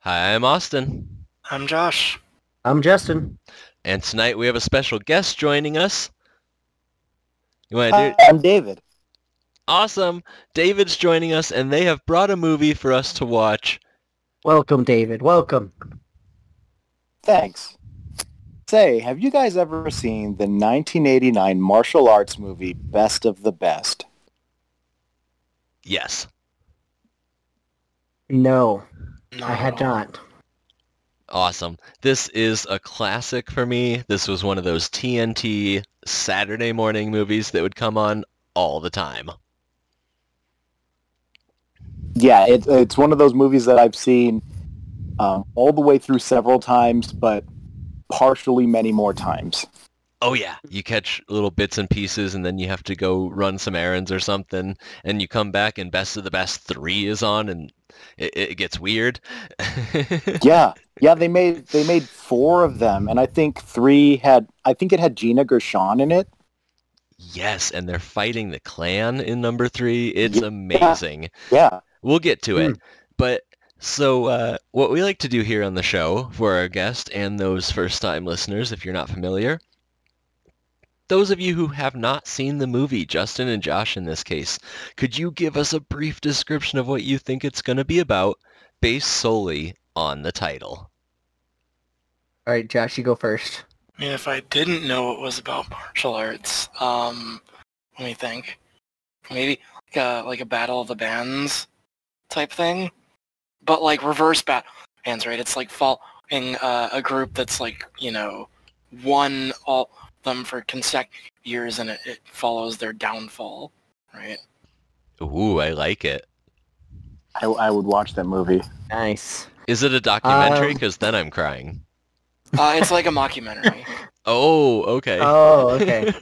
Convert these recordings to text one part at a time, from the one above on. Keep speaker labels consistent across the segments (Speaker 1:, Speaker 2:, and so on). Speaker 1: Hi, I'm Austin.
Speaker 2: I'm Josh.
Speaker 3: I'm Justin.
Speaker 1: And tonight we have a special guest joining us. You want to
Speaker 3: Hi,
Speaker 4: Uh,
Speaker 1: do
Speaker 3: I'm David.
Speaker 1: Awesome. David's joining us and they have brought a movie for us to watch.
Speaker 3: Welcome, David. Welcome.
Speaker 4: Thanks. Say, have you guys ever seen the 1989 martial arts movie Best of the Best?
Speaker 1: Yes.
Speaker 3: No, I
Speaker 2: No.
Speaker 3: had not.
Speaker 1: Awesome. This is a classic for me. This was one of those TNT Saturday morning movies that would come on all the time.
Speaker 4: Yeah, it, it's one of those movies that I've seen um, all the way through several times, but partially many more times.
Speaker 1: Oh yeah, you catch little bits and pieces and then you have to go run some errands or something and you come back and Best of the Best 3 is on and it, it gets weird.
Speaker 4: Yeah, yeah, they made they made four of them, and I think three had I think it had Gina Gershon in it.
Speaker 1: Yes, and they're fighting the clan in number three. It's amazing.
Speaker 4: Yeah,
Speaker 1: We'll get to
Speaker 3: Hmm.
Speaker 1: it. But so uh, what we like to do here on the show for our guest and those first-time listeners, if you're not familiar, those of you who have not seen the movie, Justin and Josh in this case, could you give us a brief description of what you think it's going to be about based solely on the title?
Speaker 3: All right, Josh, you go first.
Speaker 2: I mean, if I didn't know it was about martial arts, um, let me think. Maybe like a, like a battle of the bands type thing, but like reverse battle bands, right? It's like following uh, a group that's like you know won all of them for consecutive years, and it, it follows their downfall, right?
Speaker 1: Ooh, I like it.
Speaker 4: I, I would watch that movie.
Speaker 3: Nice.
Speaker 1: Is it a documentary?
Speaker 3: Um,
Speaker 1: Because then I'm crying.
Speaker 2: Uh, it's like a mockumentary.
Speaker 1: Oh, okay.
Speaker 3: Oh, okay.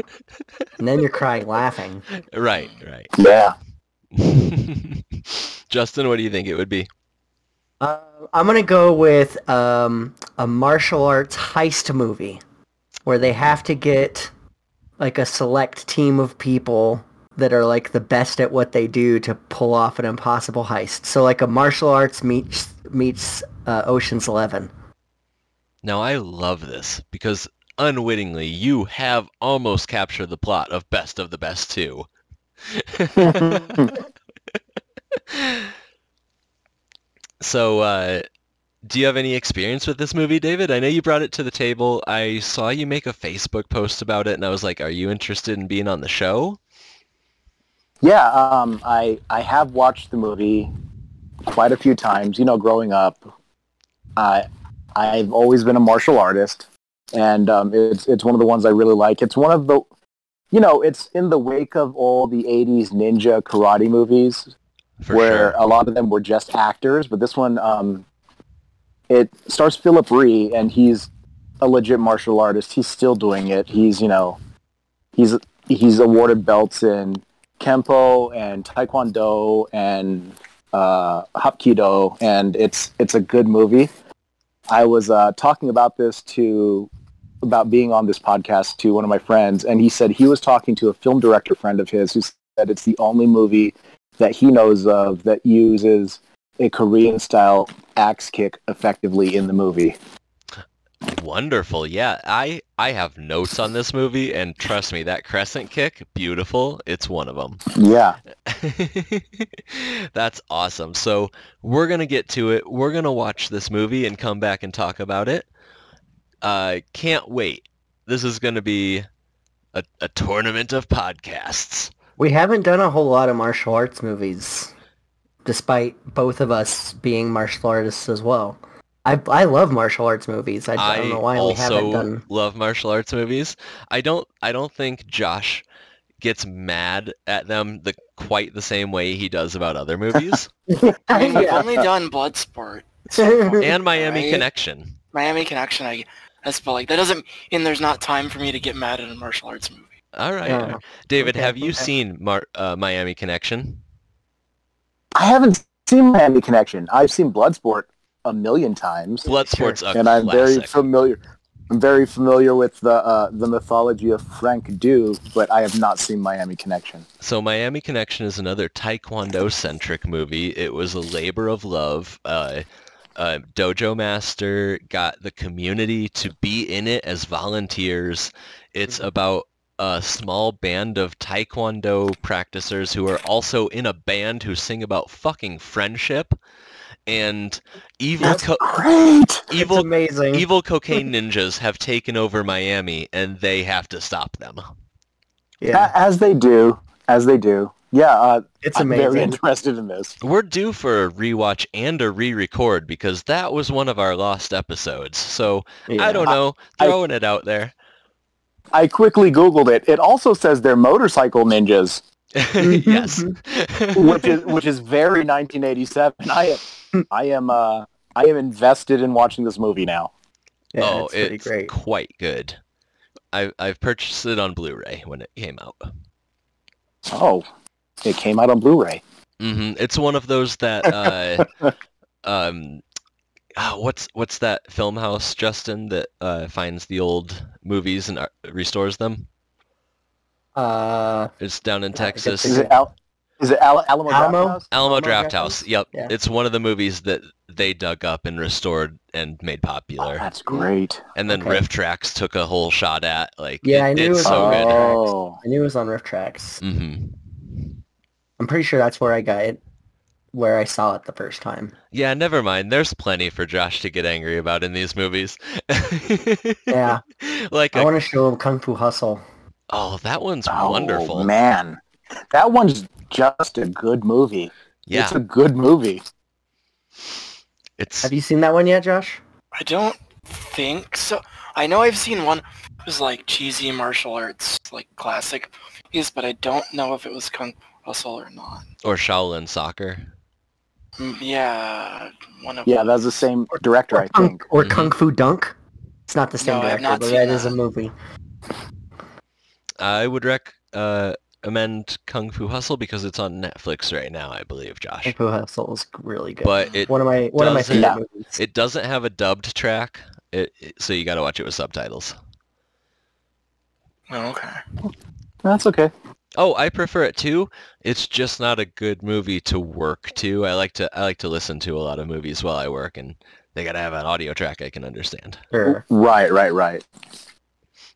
Speaker 3: and then you're crying laughing.
Speaker 1: right, right.
Speaker 4: Yeah,
Speaker 1: Justin, what do you think it would be?
Speaker 3: Uh, I'm gonna go with um, a martial arts heist movie, where they have to get like a select team of people that are like the best at what they do to pull off an impossible heist. So like a martial arts meets meets uh, Ocean's Eleven.
Speaker 1: Now I love this because unwittingly you have almost captured the plot of Best of the Best 2. so uh, do you have any experience with this movie, David? I know you brought it to the table. I saw you make a Facebook post about it and I was like, are you interested in being on the show?
Speaker 4: Yeah, um, I I have watched the movie quite a few times. You know, growing up, I I've always been a martial artist, and um, it's it's one of the ones I really like. It's one of the, you know, it's in the wake of all the '80s ninja karate movies,
Speaker 1: For
Speaker 4: where
Speaker 1: sure.
Speaker 4: a lot of them were just actors, but this one, um, it stars Philip Ree, and he's a legit martial artist. He's still doing it. He's you know, he's he's awarded belts in Kempo and Taekwondo and uh, Hapkido, and it's it's a good movie. I was uh, talking about this to about being on this podcast to one of my friends, and he said he was talking to a film director friend of his who said it's the only movie that he knows of that uses a Korean style axe kick effectively in the movie.
Speaker 1: Wonderful. Yeah, I I have notes on this movie and trust me, that crescent kick, beautiful. It's one of them.
Speaker 4: Yeah,
Speaker 1: That's awesome. So we're gonna get to it. We're gonna watch this movie and come back and talk about it. Uh, can't wait. This is gonna be a, a tournament of podcasts.
Speaker 3: We haven't done a whole lot of martial arts movies, despite both of us being martial artists as well. I, I love martial arts movies. I,
Speaker 1: I,
Speaker 3: don't know why we haven't
Speaker 1: also
Speaker 3: done.
Speaker 1: love martial arts movies. I don't. I don't think Josh gets mad at them the quite the same way he does about other movies.
Speaker 2: I mean, we've
Speaker 3: Yeah.
Speaker 2: only done Bloodsport.
Speaker 1: and uh, Miami
Speaker 2: Right?
Speaker 1: Connection.
Speaker 2: Miami Connection, I guess, but like that doesn't mean there's not time for me to get mad at a martial arts movie.
Speaker 1: All right,
Speaker 3: Yeah.
Speaker 1: all right. David.
Speaker 3: Okay,
Speaker 1: Have you
Speaker 3: okay.
Speaker 1: seen Mar- uh, Miami Connection?
Speaker 4: I haven't seen Miami Connection. I've seen Bloodsport a million times.
Speaker 1: Bloodsport's a
Speaker 4: and I'm very
Speaker 1: classic.
Speaker 4: familiar. I'm very familiar with the uh, the mythology of Frank Du, but I have not seen Miami Connection.
Speaker 1: So Miami Connection is another Taekwondo centric movie. It was a labor of love. Uh, uh, Dojo Master got the community to be in it as volunteers. It's
Speaker 3: Mm-hmm.
Speaker 1: about a small band of Taekwondo practicers who are also in a band who sing about fucking friendship. And evil,
Speaker 4: That's
Speaker 1: co-
Speaker 4: great.
Speaker 1: evil
Speaker 3: it's amazing.
Speaker 1: evil cocaine ninjas have taken over Miami and they have to stop them.
Speaker 3: yeah,
Speaker 4: A- As they do, as they do. Yeah, uh,
Speaker 3: it's
Speaker 4: I'm very
Speaker 3: amazing.
Speaker 4: interested in this.
Speaker 1: We're due for a rewatch and a re-record because that was one of our lost episodes. So I
Speaker 3: Yeah.
Speaker 1: don't know,
Speaker 4: I-
Speaker 1: throwing it out there.
Speaker 4: I quickly googled it. It also says they're motorcycle ninjas,
Speaker 1: yes.
Speaker 4: Mm-hmm. which is which is very 1987. I am, I am, uh, I am invested in watching this movie now.
Speaker 3: Yeah,
Speaker 1: oh,
Speaker 3: it's pretty great.
Speaker 1: quite good. I I've purchased it on Blu-ray when it came out.
Speaker 4: Oh, it came out on Blu-ray.
Speaker 1: hmm It's one of those that uh, um, ah, what's what's that film house Justin that uh, finds the old movies and uh, restores them?
Speaker 3: Uh,
Speaker 1: It's down in
Speaker 3: Yeah, I guess
Speaker 1: Texas.
Speaker 4: Is it Al- is it Al- Alamo? Draft
Speaker 3: Alamo?
Speaker 4: House?
Speaker 1: Alamo
Speaker 3: Draft
Speaker 1: Draft House.
Speaker 3: House?
Speaker 1: Yep.
Speaker 3: Yeah.
Speaker 1: It's one of the movies that they dug up and restored and made
Speaker 4: Oh,
Speaker 1: popular.
Speaker 4: that's great.
Speaker 1: And then
Speaker 3: okay.
Speaker 1: Riff Tracks took a whole shot at. Like,
Speaker 3: Yeah,
Speaker 1: it-
Speaker 3: I knew it
Speaker 1: it's
Speaker 3: was
Speaker 1: so
Speaker 3: on
Speaker 1: good.
Speaker 4: oh,
Speaker 3: I knew it was on Riff Tracks.
Speaker 1: hmm
Speaker 3: I'm pretty sure that's where I got it, where I saw it the first time.
Speaker 1: Yeah, never mind. There's plenty for Josh to get angry about in these movies.
Speaker 3: Yeah,
Speaker 1: like,
Speaker 3: I
Speaker 1: a-
Speaker 3: want to show him Kung Fu Hustle.
Speaker 1: oh, that one's
Speaker 4: Oh,
Speaker 1: wonderful.
Speaker 4: man. That one's just a good movie.
Speaker 1: Yeah,
Speaker 4: It's a good movie.
Speaker 1: it's
Speaker 3: Have you seen that one yet, Josh?
Speaker 2: I don't think so. I know I've seen one. It was like cheesy martial arts, like classic movies, but I don't know if it was Kung Fu Hustle or not.
Speaker 1: or Shaolin Soccer.
Speaker 2: Mm, Yeah, one of
Speaker 4: Yeah, that's the same director, I
Speaker 3: Kung-
Speaker 4: think.
Speaker 3: or
Speaker 1: Mhm.
Speaker 3: Kung Fu Dunk? It's not the same
Speaker 2: No, I have
Speaker 3: director,
Speaker 2: not
Speaker 3: but
Speaker 2: seen
Speaker 3: that is a
Speaker 2: that.
Speaker 3: movie.
Speaker 1: I would rec uh, amend Kung Fu Hustle because it's on Netflix right now, I believe, Josh.
Speaker 3: Kung Fu Hustle is really good.
Speaker 1: But it
Speaker 3: one of my one of my
Speaker 1: doesn't-
Speaker 3: favorite
Speaker 4: Yeah.
Speaker 3: movies.
Speaker 1: It doesn't have a dubbed track, it, it- so you got to watch it with subtitles.
Speaker 2: Oh, okay.
Speaker 4: That's okay.
Speaker 1: Oh, I prefer it too. It's just not a good movie to work to. I like to I like to listen to a lot of movies while I work, and they got to have an audio track I can understand.
Speaker 3: Sure.
Speaker 4: Right, right, right.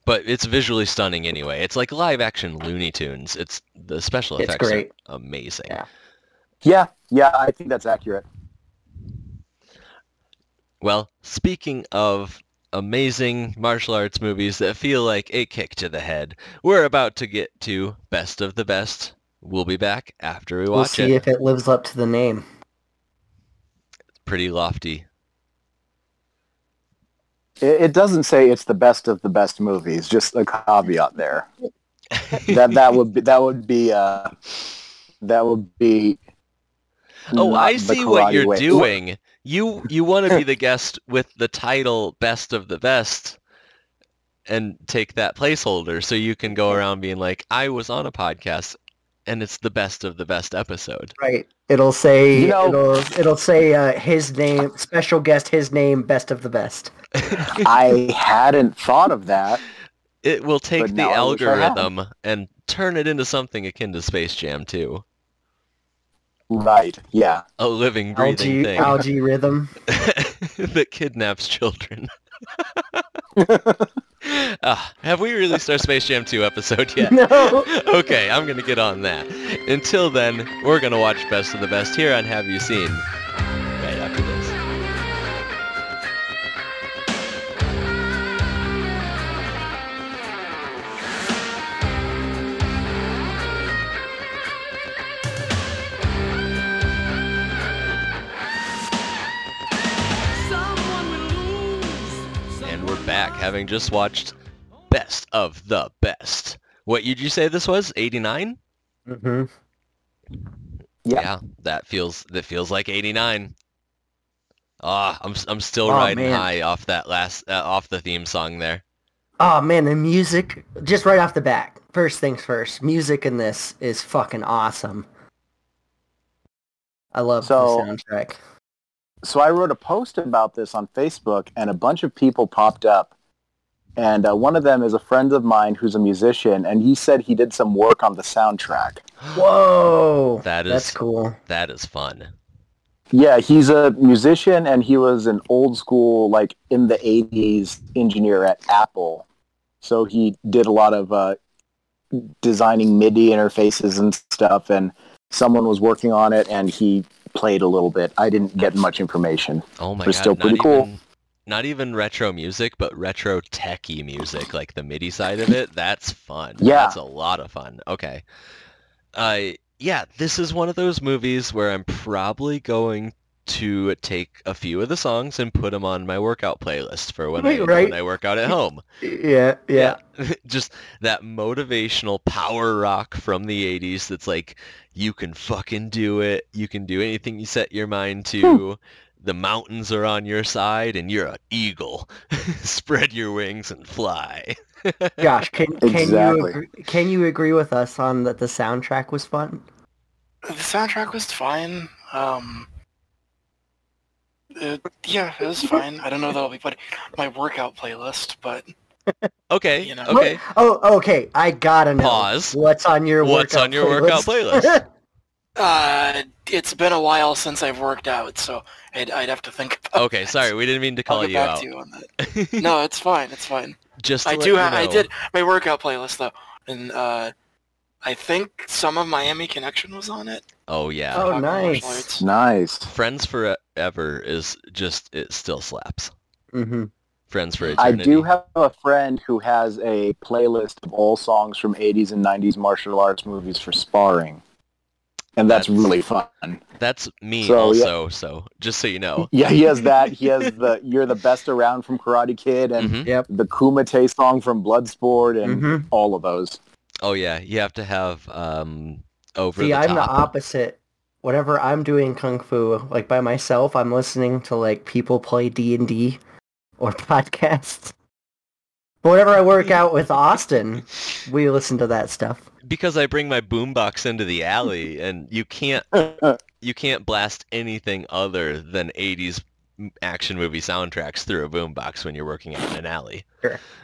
Speaker 1: But it's visually stunning anyway. It's like live action Looney Tunes. It's the special
Speaker 3: It's
Speaker 1: effects
Speaker 3: great.
Speaker 1: are amazing.
Speaker 3: Yeah.
Speaker 4: Yeah, yeah, I think that's accurate.
Speaker 1: Well, speaking of amazing martial arts movies that feel like a kick to the head, we're about to get to Best of the Best. We'll be back after we
Speaker 3: We'll
Speaker 1: watch
Speaker 3: see
Speaker 1: it.
Speaker 3: if it lives up to the name.
Speaker 1: Pretty lofty.
Speaker 4: It, it doesn't say it's the best of the best movies. Just a caveat there. That that would be that would be uh, that would be.
Speaker 1: oh,
Speaker 4: not
Speaker 1: I
Speaker 4: the
Speaker 1: see what
Speaker 4: Karate
Speaker 1: you're
Speaker 4: Way.
Speaker 1: doing. You you want to be the guest with the title Best of the Best and take that placeholder so you can go around being like, I was on a podcast and it's the best of the best episode.
Speaker 3: Right. It'll say
Speaker 4: You know-
Speaker 3: it'll it'll say uh, his name, special guest, his name, best of the best.
Speaker 4: I hadn't thought of that.
Speaker 1: It will take
Speaker 4: But
Speaker 1: the
Speaker 4: now I wish I had.
Speaker 1: algorithm and turn it into something akin to Space Jam 2.
Speaker 4: Right. Yeah.
Speaker 1: A living, breathing
Speaker 3: Algae
Speaker 1: thing
Speaker 3: algae rhythm.
Speaker 1: that kidnaps children. Ah, have we released our Space Jam 2 episode yet?
Speaker 3: No.
Speaker 1: okay, I'm gonna get on that. Until then, we're gonna watch Best of the Best here on Have You Seen? Right after this. And we're back, having just watched Best of the Best. What did you say this was? 89?
Speaker 3: hmm
Speaker 4: Yeah.
Speaker 1: that feels that feels like 89. Ah, I'm s- I'm still
Speaker 3: Oh,
Speaker 1: riding
Speaker 3: man.
Speaker 1: high off that last uh, off the theme song there.
Speaker 3: Oh man, the music just right off the bat. First things first, music in this is fucking awesome. I love
Speaker 4: So-
Speaker 3: the soundtrack.
Speaker 4: so I wrote a post about this on Facebook, and a bunch of people popped up. And uh, one of them is a friend of mine who's a musician, and he said he did some work on the soundtrack.
Speaker 3: Whoa,
Speaker 1: That is
Speaker 3: that's cool.
Speaker 1: that is fun.
Speaker 4: Yeah, he's a musician and he was an old school, like in the 80s engineer at Apple. So he did a lot of uh, designing MIDI interfaces and stuff. And someone was working on it and he played a little bit. I didn't get much information.
Speaker 1: Oh my
Speaker 4: But
Speaker 1: god,
Speaker 4: still
Speaker 1: not
Speaker 4: pretty cool.
Speaker 1: even- not even retro music, but retro techie music, like the MIDI side of it. That's fun.
Speaker 4: Yeah.
Speaker 1: that's a lot of fun. Okay, uh, yeah, this is one of those movies where I'm probably going to take a few of the songs and put them on my workout playlist for when, I,
Speaker 3: Right, right.
Speaker 1: when I work out at home.
Speaker 3: Yeah, yeah.
Speaker 1: just that motivational power rock from the 80s that's like you can fucking do it you can do anything you set your mind to the mountains are on your side and you're an eagle spread your wings and fly
Speaker 3: Josh, can can you
Speaker 4: Exactly.
Speaker 3: agree, can you agree with us on that the soundtrack was fun?
Speaker 2: The soundtrack was fine. Um, it- yeah, it was fine. I don't know that I'll be putting it on my workout playlist, but
Speaker 1: okay
Speaker 2: You know.
Speaker 1: okay
Speaker 3: What- Oh, okay. I gotta know.
Speaker 1: Pause.
Speaker 3: What's on your
Speaker 1: What's
Speaker 3: workout
Speaker 1: on your workout playlist?
Speaker 2: uh, it's been a while since I've worked out, so I'd, I'd have to think. About
Speaker 1: okay
Speaker 2: that.
Speaker 1: sorry we didn't mean to
Speaker 2: I'll
Speaker 1: call
Speaker 2: get
Speaker 1: you
Speaker 2: back
Speaker 1: out
Speaker 2: to you on that. no, it's fine. It's fine.
Speaker 1: just to
Speaker 2: I
Speaker 1: let
Speaker 2: do.
Speaker 1: you
Speaker 2: Ha- I
Speaker 1: know.
Speaker 2: did my workout playlist though, and uh, I think some of Miami Connection was on it.
Speaker 1: oh yeah
Speaker 3: Oh,
Speaker 2: Talking martial
Speaker 3: nice.
Speaker 2: arts.
Speaker 4: Nice.
Speaker 1: friends forever is just it still slaps
Speaker 3: hmm
Speaker 1: friends for
Speaker 4: I
Speaker 1: eternity
Speaker 4: do have a friend who has a playlist of all songs from 80s and 90s martial arts movies for sparring. And that's,
Speaker 1: That's-
Speaker 4: really fun.
Speaker 1: that's me
Speaker 4: So, yeah.
Speaker 1: also so just so you know
Speaker 4: Yeah, he has that. He has the You're the Best Around from Karate Kid and
Speaker 1: Mhm.
Speaker 4: the Kumite song from Bloodsport and
Speaker 1: Mm-hmm.
Speaker 3: hmm
Speaker 4: all of those.
Speaker 1: Oh yeah, you have to have um over
Speaker 3: See,
Speaker 1: the
Speaker 3: I'm the
Speaker 1: top.
Speaker 3: opposite. Whenever I'm doing kung fu, like by myself, I'm listening to like people play D and D or podcasts. But whenever I work out with Austin, we listen to that stuff.
Speaker 1: because I bring my boombox into the alley, and you can't you can't blast anything other than '80s m- action movie soundtracks through a boombox when you're working out in an alley.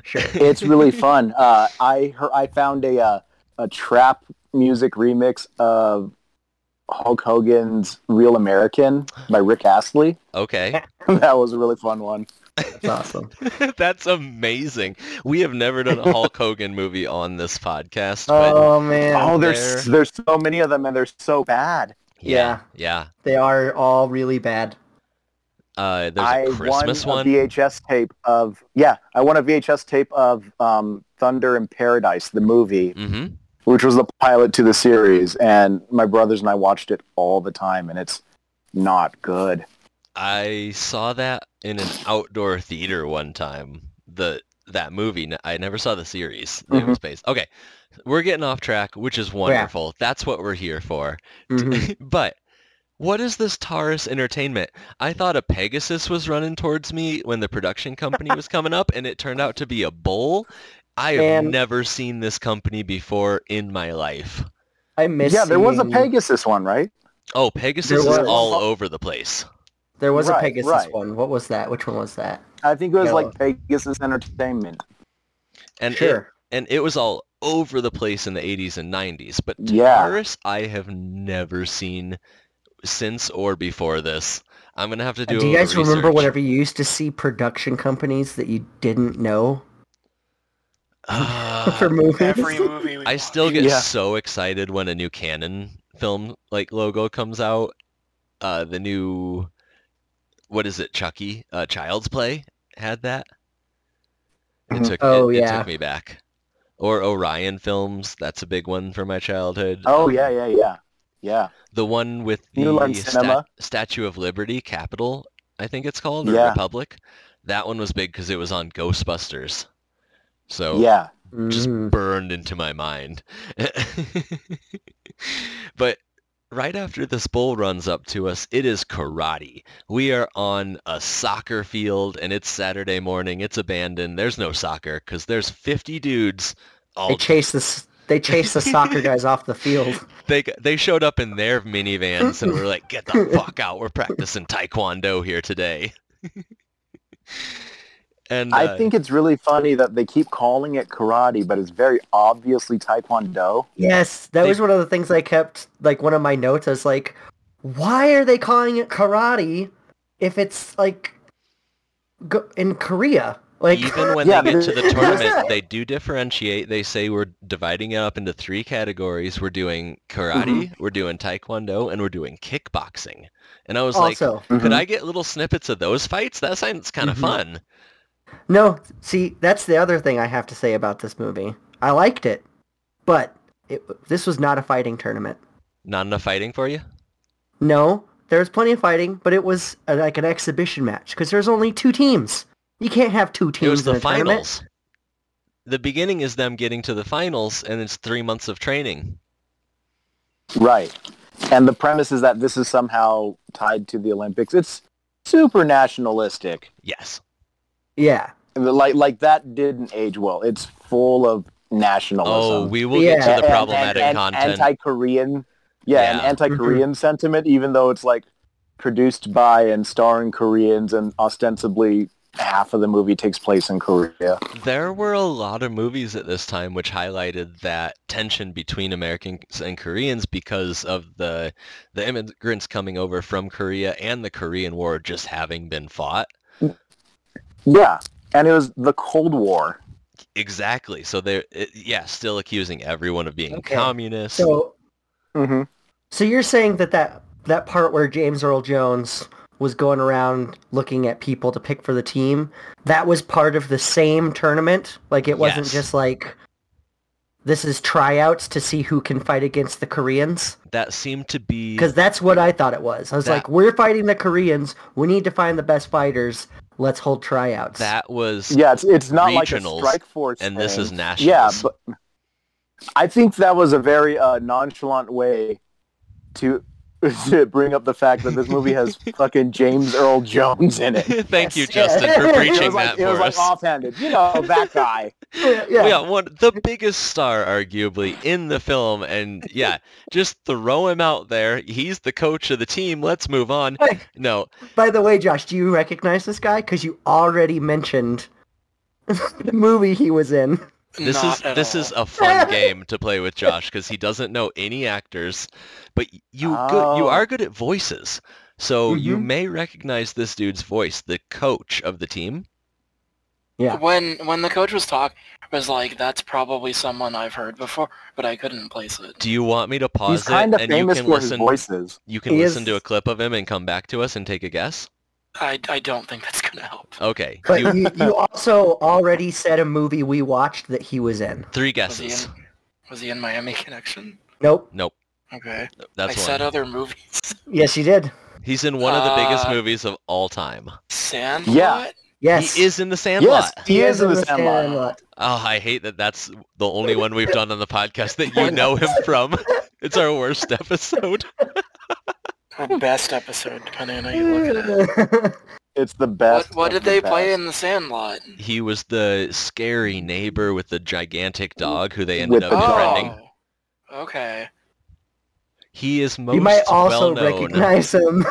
Speaker 3: Sure.
Speaker 4: it's really fun. Uh, I heard, I found a uh, a trap music remix of Hulk Hogan's Real American by Rick Astley.
Speaker 1: Okay,
Speaker 4: that was a really fun one.
Speaker 3: That's awesome.
Speaker 1: that's amazing. We have never done a Hulk Hogan movie on this podcast, but
Speaker 3: Oh man.
Speaker 4: Oh, there's there's so many of them and they're so bad.
Speaker 1: yeah, yeah.
Speaker 3: They are all really bad.
Speaker 1: Uh, there's
Speaker 4: I
Speaker 1: a Christmas
Speaker 4: won
Speaker 1: one.
Speaker 4: a VHS tape of yeah, I won a VHS tape of um, Thunder in Paradise, the movie,
Speaker 1: hmm
Speaker 4: which was the pilot to the series, and my brothers and I watched it all the time, and it's not good.
Speaker 1: I saw that in an outdoor theater one time. The that movie. N- I never saw the series. that
Speaker 3: Mm-hmm.
Speaker 1: It was based. Okay, we're getting off track, which
Speaker 3: Oh,
Speaker 1: is wonderful. That's what we're here for.
Speaker 3: Mhm.
Speaker 1: But what is this Taurus Entertainment? I thought a Pegasus was running towards me when the production company was coming up, and it turned out to be a bull. I have
Speaker 3: Man.
Speaker 1: never seen this company before in my life.
Speaker 3: I miss.
Speaker 4: yeah, there was a
Speaker 3: seeing-
Speaker 4: Pegasus one, right?
Speaker 1: Oh, Pegasus is
Speaker 3: was.
Speaker 1: all over the place.
Speaker 3: There was a
Speaker 4: Right,
Speaker 3: Pegasus
Speaker 4: right.
Speaker 3: one. What was that? Which one was that?
Speaker 4: I think it was
Speaker 3: Yeah.
Speaker 4: like Pegasus Entertainment.
Speaker 1: And it-
Speaker 3: sure.
Speaker 1: and it was all over the place in the 80s and 90s. But
Speaker 4: Yeah.
Speaker 1: Taurus, I have never seen since or before this. I'm gonna have to do.
Speaker 3: Do,
Speaker 1: a
Speaker 3: you guys
Speaker 1: little
Speaker 3: remember
Speaker 1: research.
Speaker 3: whenever you used to see production companies that you didn't know
Speaker 1: Ah,
Speaker 3: for movies?
Speaker 2: Every movie. We
Speaker 1: I still
Speaker 2: watched.
Speaker 1: get
Speaker 4: Yeah.
Speaker 1: so excited when a new Canon film like logo comes out. Uh, the new, what is it, Chucky? Uh, Child's Play had that. It
Speaker 4: Mhm.
Speaker 1: took
Speaker 3: Oh,
Speaker 1: it, it
Speaker 3: yeah.
Speaker 1: took me back. Or Orion films. That's a big one from my childhood.
Speaker 4: Oh yeah, yeah, yeah, yeah.
Speaker 1: The one with
Speaker 4: You
Speaker 1: the
Speaker 4: learn cinema.
Speaker 1: Statue of Liberty, Capital, I think it's called, or
Speaker 4: Yeah.
Speaker 1: Republic. That one was big because it was on Ghostbusters. So
Speaker 4: Yeah,
Speaker 1: just
Speaker 3: Mm.
Speaker 1: burned into my mind. but right after this bull runs up to us, it is karate. We are on a soccer field, and it's Saturday morning. It's abandoned. There's no soccer because there's 50 dudes
Speaker 3: They
Speaker 1: all
Speaker 3: chase this. They chase the soccer guys off the field.
Speaker 1: they g- they showed up in their minivans and were like, "Get the fuck out! We're practicing taekwondo here today." and
Speaker 4: I
Speaker 1: uh,
Speaker 4: think it's really funny that they keep calling it karate, but it's very obviously taekwondo.
Speaker 3: Yes, that
Speaker 1: They-
Speaker 3: was one of the things I kept. Like one of my notes, I was like, why are they calling it karate if it's like go- in Korea? Like
Speaker 1: Even when
Speaker 4: Yeah,
Speaker 1: they get to the
Speaker 4: but-
Speaker 1: tournament, they do differentiate. They say we're dividing it up into three categories. We're doing karate,
Speaker 3: Mm-hmm.
Speaker 1: we're doing taekwondo, and we're doing kickboxing. And I was
Speaker 3: also
Speaker 1: like, could
Speaker 4: Mhm.
Speaker 1: I get little snippets of those fights? That sounds kind of
Speaker 3: Mhm.
Speaker 1: fun.
Speaker 3: no. See, that's the other thing I have to say about this movie. I liked it, but it, this was not a fighting tournament.
Speaker 1: Not enough fighting for you?
Speaker 3: No, there was plenty of fighting, but it was uh like an exhibition match because there's only two teams. You can't have two teams
Speaker 1: It was
Speaker 3: in
Speaker 1: the
Speaker 3: a tournament.
Speaker 1: finals. The beginning is them getting to the finals, and it's three months of training.
Speaker 4: Mm-hmm. Right. And the premise is that this is somehow tied to the Olympics. It's super nationalistic.
Speaker 1: Yes.
Speaker 3: Yeah.
Speaker 4: Like like that didn't age well. It's full of
Speaker 1: Oh,
Speaker 4: nationalism.
Speaker 1: we will
Speaker 3: Yeah.
Speaker 1: get to
Speaker 4: And-
Speaker 1: the problematic
Speaker 4: and, and
Speaker 1: content.
Speaker 4: Anti-Korean. Yeah, and
Speaker 1: Yeah.
Speaker 4: anti-Korean sentiment even though it's like produced by and starring Koreans and ostensibly half of the movie takes place in Korea.
Speaker 1: There were a lot of movies at this time which highlighted that tension between Americans and Koreans because of the the immigrants coming over from Korea and the Korean War just having been fought.
Speaker 4: Yeah. And it was the Cold War.
Speaker 1: Exactly. So they're it, yeah, still accusing everyone of being
Speaker 3: Okay.
Speaker 1: communists.
Speaker 3: So,
Speaker 4: Mm-hmm.
Speaker 3: so you're saying that, that that part where James Earl Jones was going around looking at people to pick for the team, that was part of the same tournament. Like it wasn't
Speaker 1: Yes.
Speaker 3: just like this is tryouts to see who can fight against the Koreans.
Speaker 1: that seemed to be
Speaker 3: Because that's what I thought it was. I was
Speaker 1: That-
Speaker 3: like, we're fighting the Koreans. We need to find the best fighters. Let's hold tryouts.
Speaker 1: that was
Speaker 4: Yeah, it's, it's not like a
Speaker 1: Regionals,
Speaker 4: strike force.
Speaker 1: and this
Speaker 4: thing.
Speaker 1: is nationals.
Speaker 4: Yeah, but I think that was a very uh, nonchalant way to, to bring up the fact that this movie has fucking James Earl Jones in it.
Speaker 1: Thank you,
Speaker 3: Yes,
Speaker 1: Justin,
Speaker 3: yeah.
Speaker 4: It
Speaker 1: for
Speaker 4: was
Speaker 1: preaching
Speaker 4: like-
Speaker 1: that for
Speaker 4: It was like
Speaker 1: us.
Speaker 4: offhanded, you know, that guy.
Speaker 3: yeah,
Speaker 1: yeah.
Speaker 3: yeah.
Speaker 1: one the biggest star arguably in the film and yeah, just throw him out there. He's the coach of the team. Let's move on.
Speaker 3: Hey.
Speaker 1: No,
Speaker 3: By the way, Josh, do you recognize this guy? Because you already mentioned the movie he was in.
Speaker 1: this
Speaker 2: Not
Speaker 1: is
Speaker 2: at
Speaker 1: this
Speaker 2: all.
Speaker 1: is uh, a fun game to play with Josh cuz he doesn't know any actors, but y- you good, you
Speaker 4: Oh.
Speaker 1: are good at voices. So you
Speaker 3: Mhm.
Speaker 1: may recognize this dude's voice, the coach of the team.
Speaker 3: Yeah.
Speaker 2: when when the coach was talking, I was like, "That's probably someone I've heard before," but I couldn't place it.
Speaker 1: Do you want me to
Speaker 4: He's
Speaker 1: pause
Speaker 4: kind
Speaker 1: it
Speaker 4: of
Speaker 1: and you
Speaker 4: famous
Speaker 1: can
Speaker 4: for his
Speaker 1: listen
Speaker 4: voices.
Speaker 1: you can
Speaker 3: He
Speaker 1: listen
Speaker 3: is-
Speaker 1: to a clip of him and come back to us and take a guess?
Speaker 2: I, I don't think that's gonna help.
Speaker 1: Okay.
Speaker 3: But
Speaker 1: You,
Speaker 3: you, you also already said a movie we watched that he was in.
Speaker 1: three
Speaker 2: Was he
Speaker 1: guesses.
Speaker 2: in, was he in Miami Connection?
Speaker 3: Nope.
Speaker 1: Nope.
Speaker 2: Okay, I
Speaker 1: That's one.
Speaker 2: said other movies.
Speaker 3: Yes, you did.
Speaker 1: He's in one of the biggest
Speaker 2: Uh,
Speaker 1: movies of all time.
Speaker 2: Sandlot.
Speaker 4: Yeah.
Speaker 3: Yes.
Speaker 1: He is in The Sandlot.
Speaker 4: Yes, he, is in the Sandlot.
Speaker 1: Oh, I hate that that's the only one we've done on the podcast that you know him from. It's our worst episode.
Speaker 2: Or best episode, depending on how you look at it.
Speaker 3: Sandlot.
Speaker 4: It's the
Speaker 2: What,
Speaker 4: best.
Speaker 2: what
Speaker 4: of
Speaker 2: did they
Speaker 4: the
Speaker 2: play
Speaker 4: best.
Speaker 2: in The Sandlot?
Speaker 1: He was the scary neighbor with the gigantic dog who they ended
Speaker 4: With
Speaker 1: up
Speaker 4: the dog.
Speaker 1: befriending.
Speaker 2: Oh, okay.
Speaker 1: He is most
Speaker 3: you might also
Speaker 1: well known
Speaker 3: recognize him.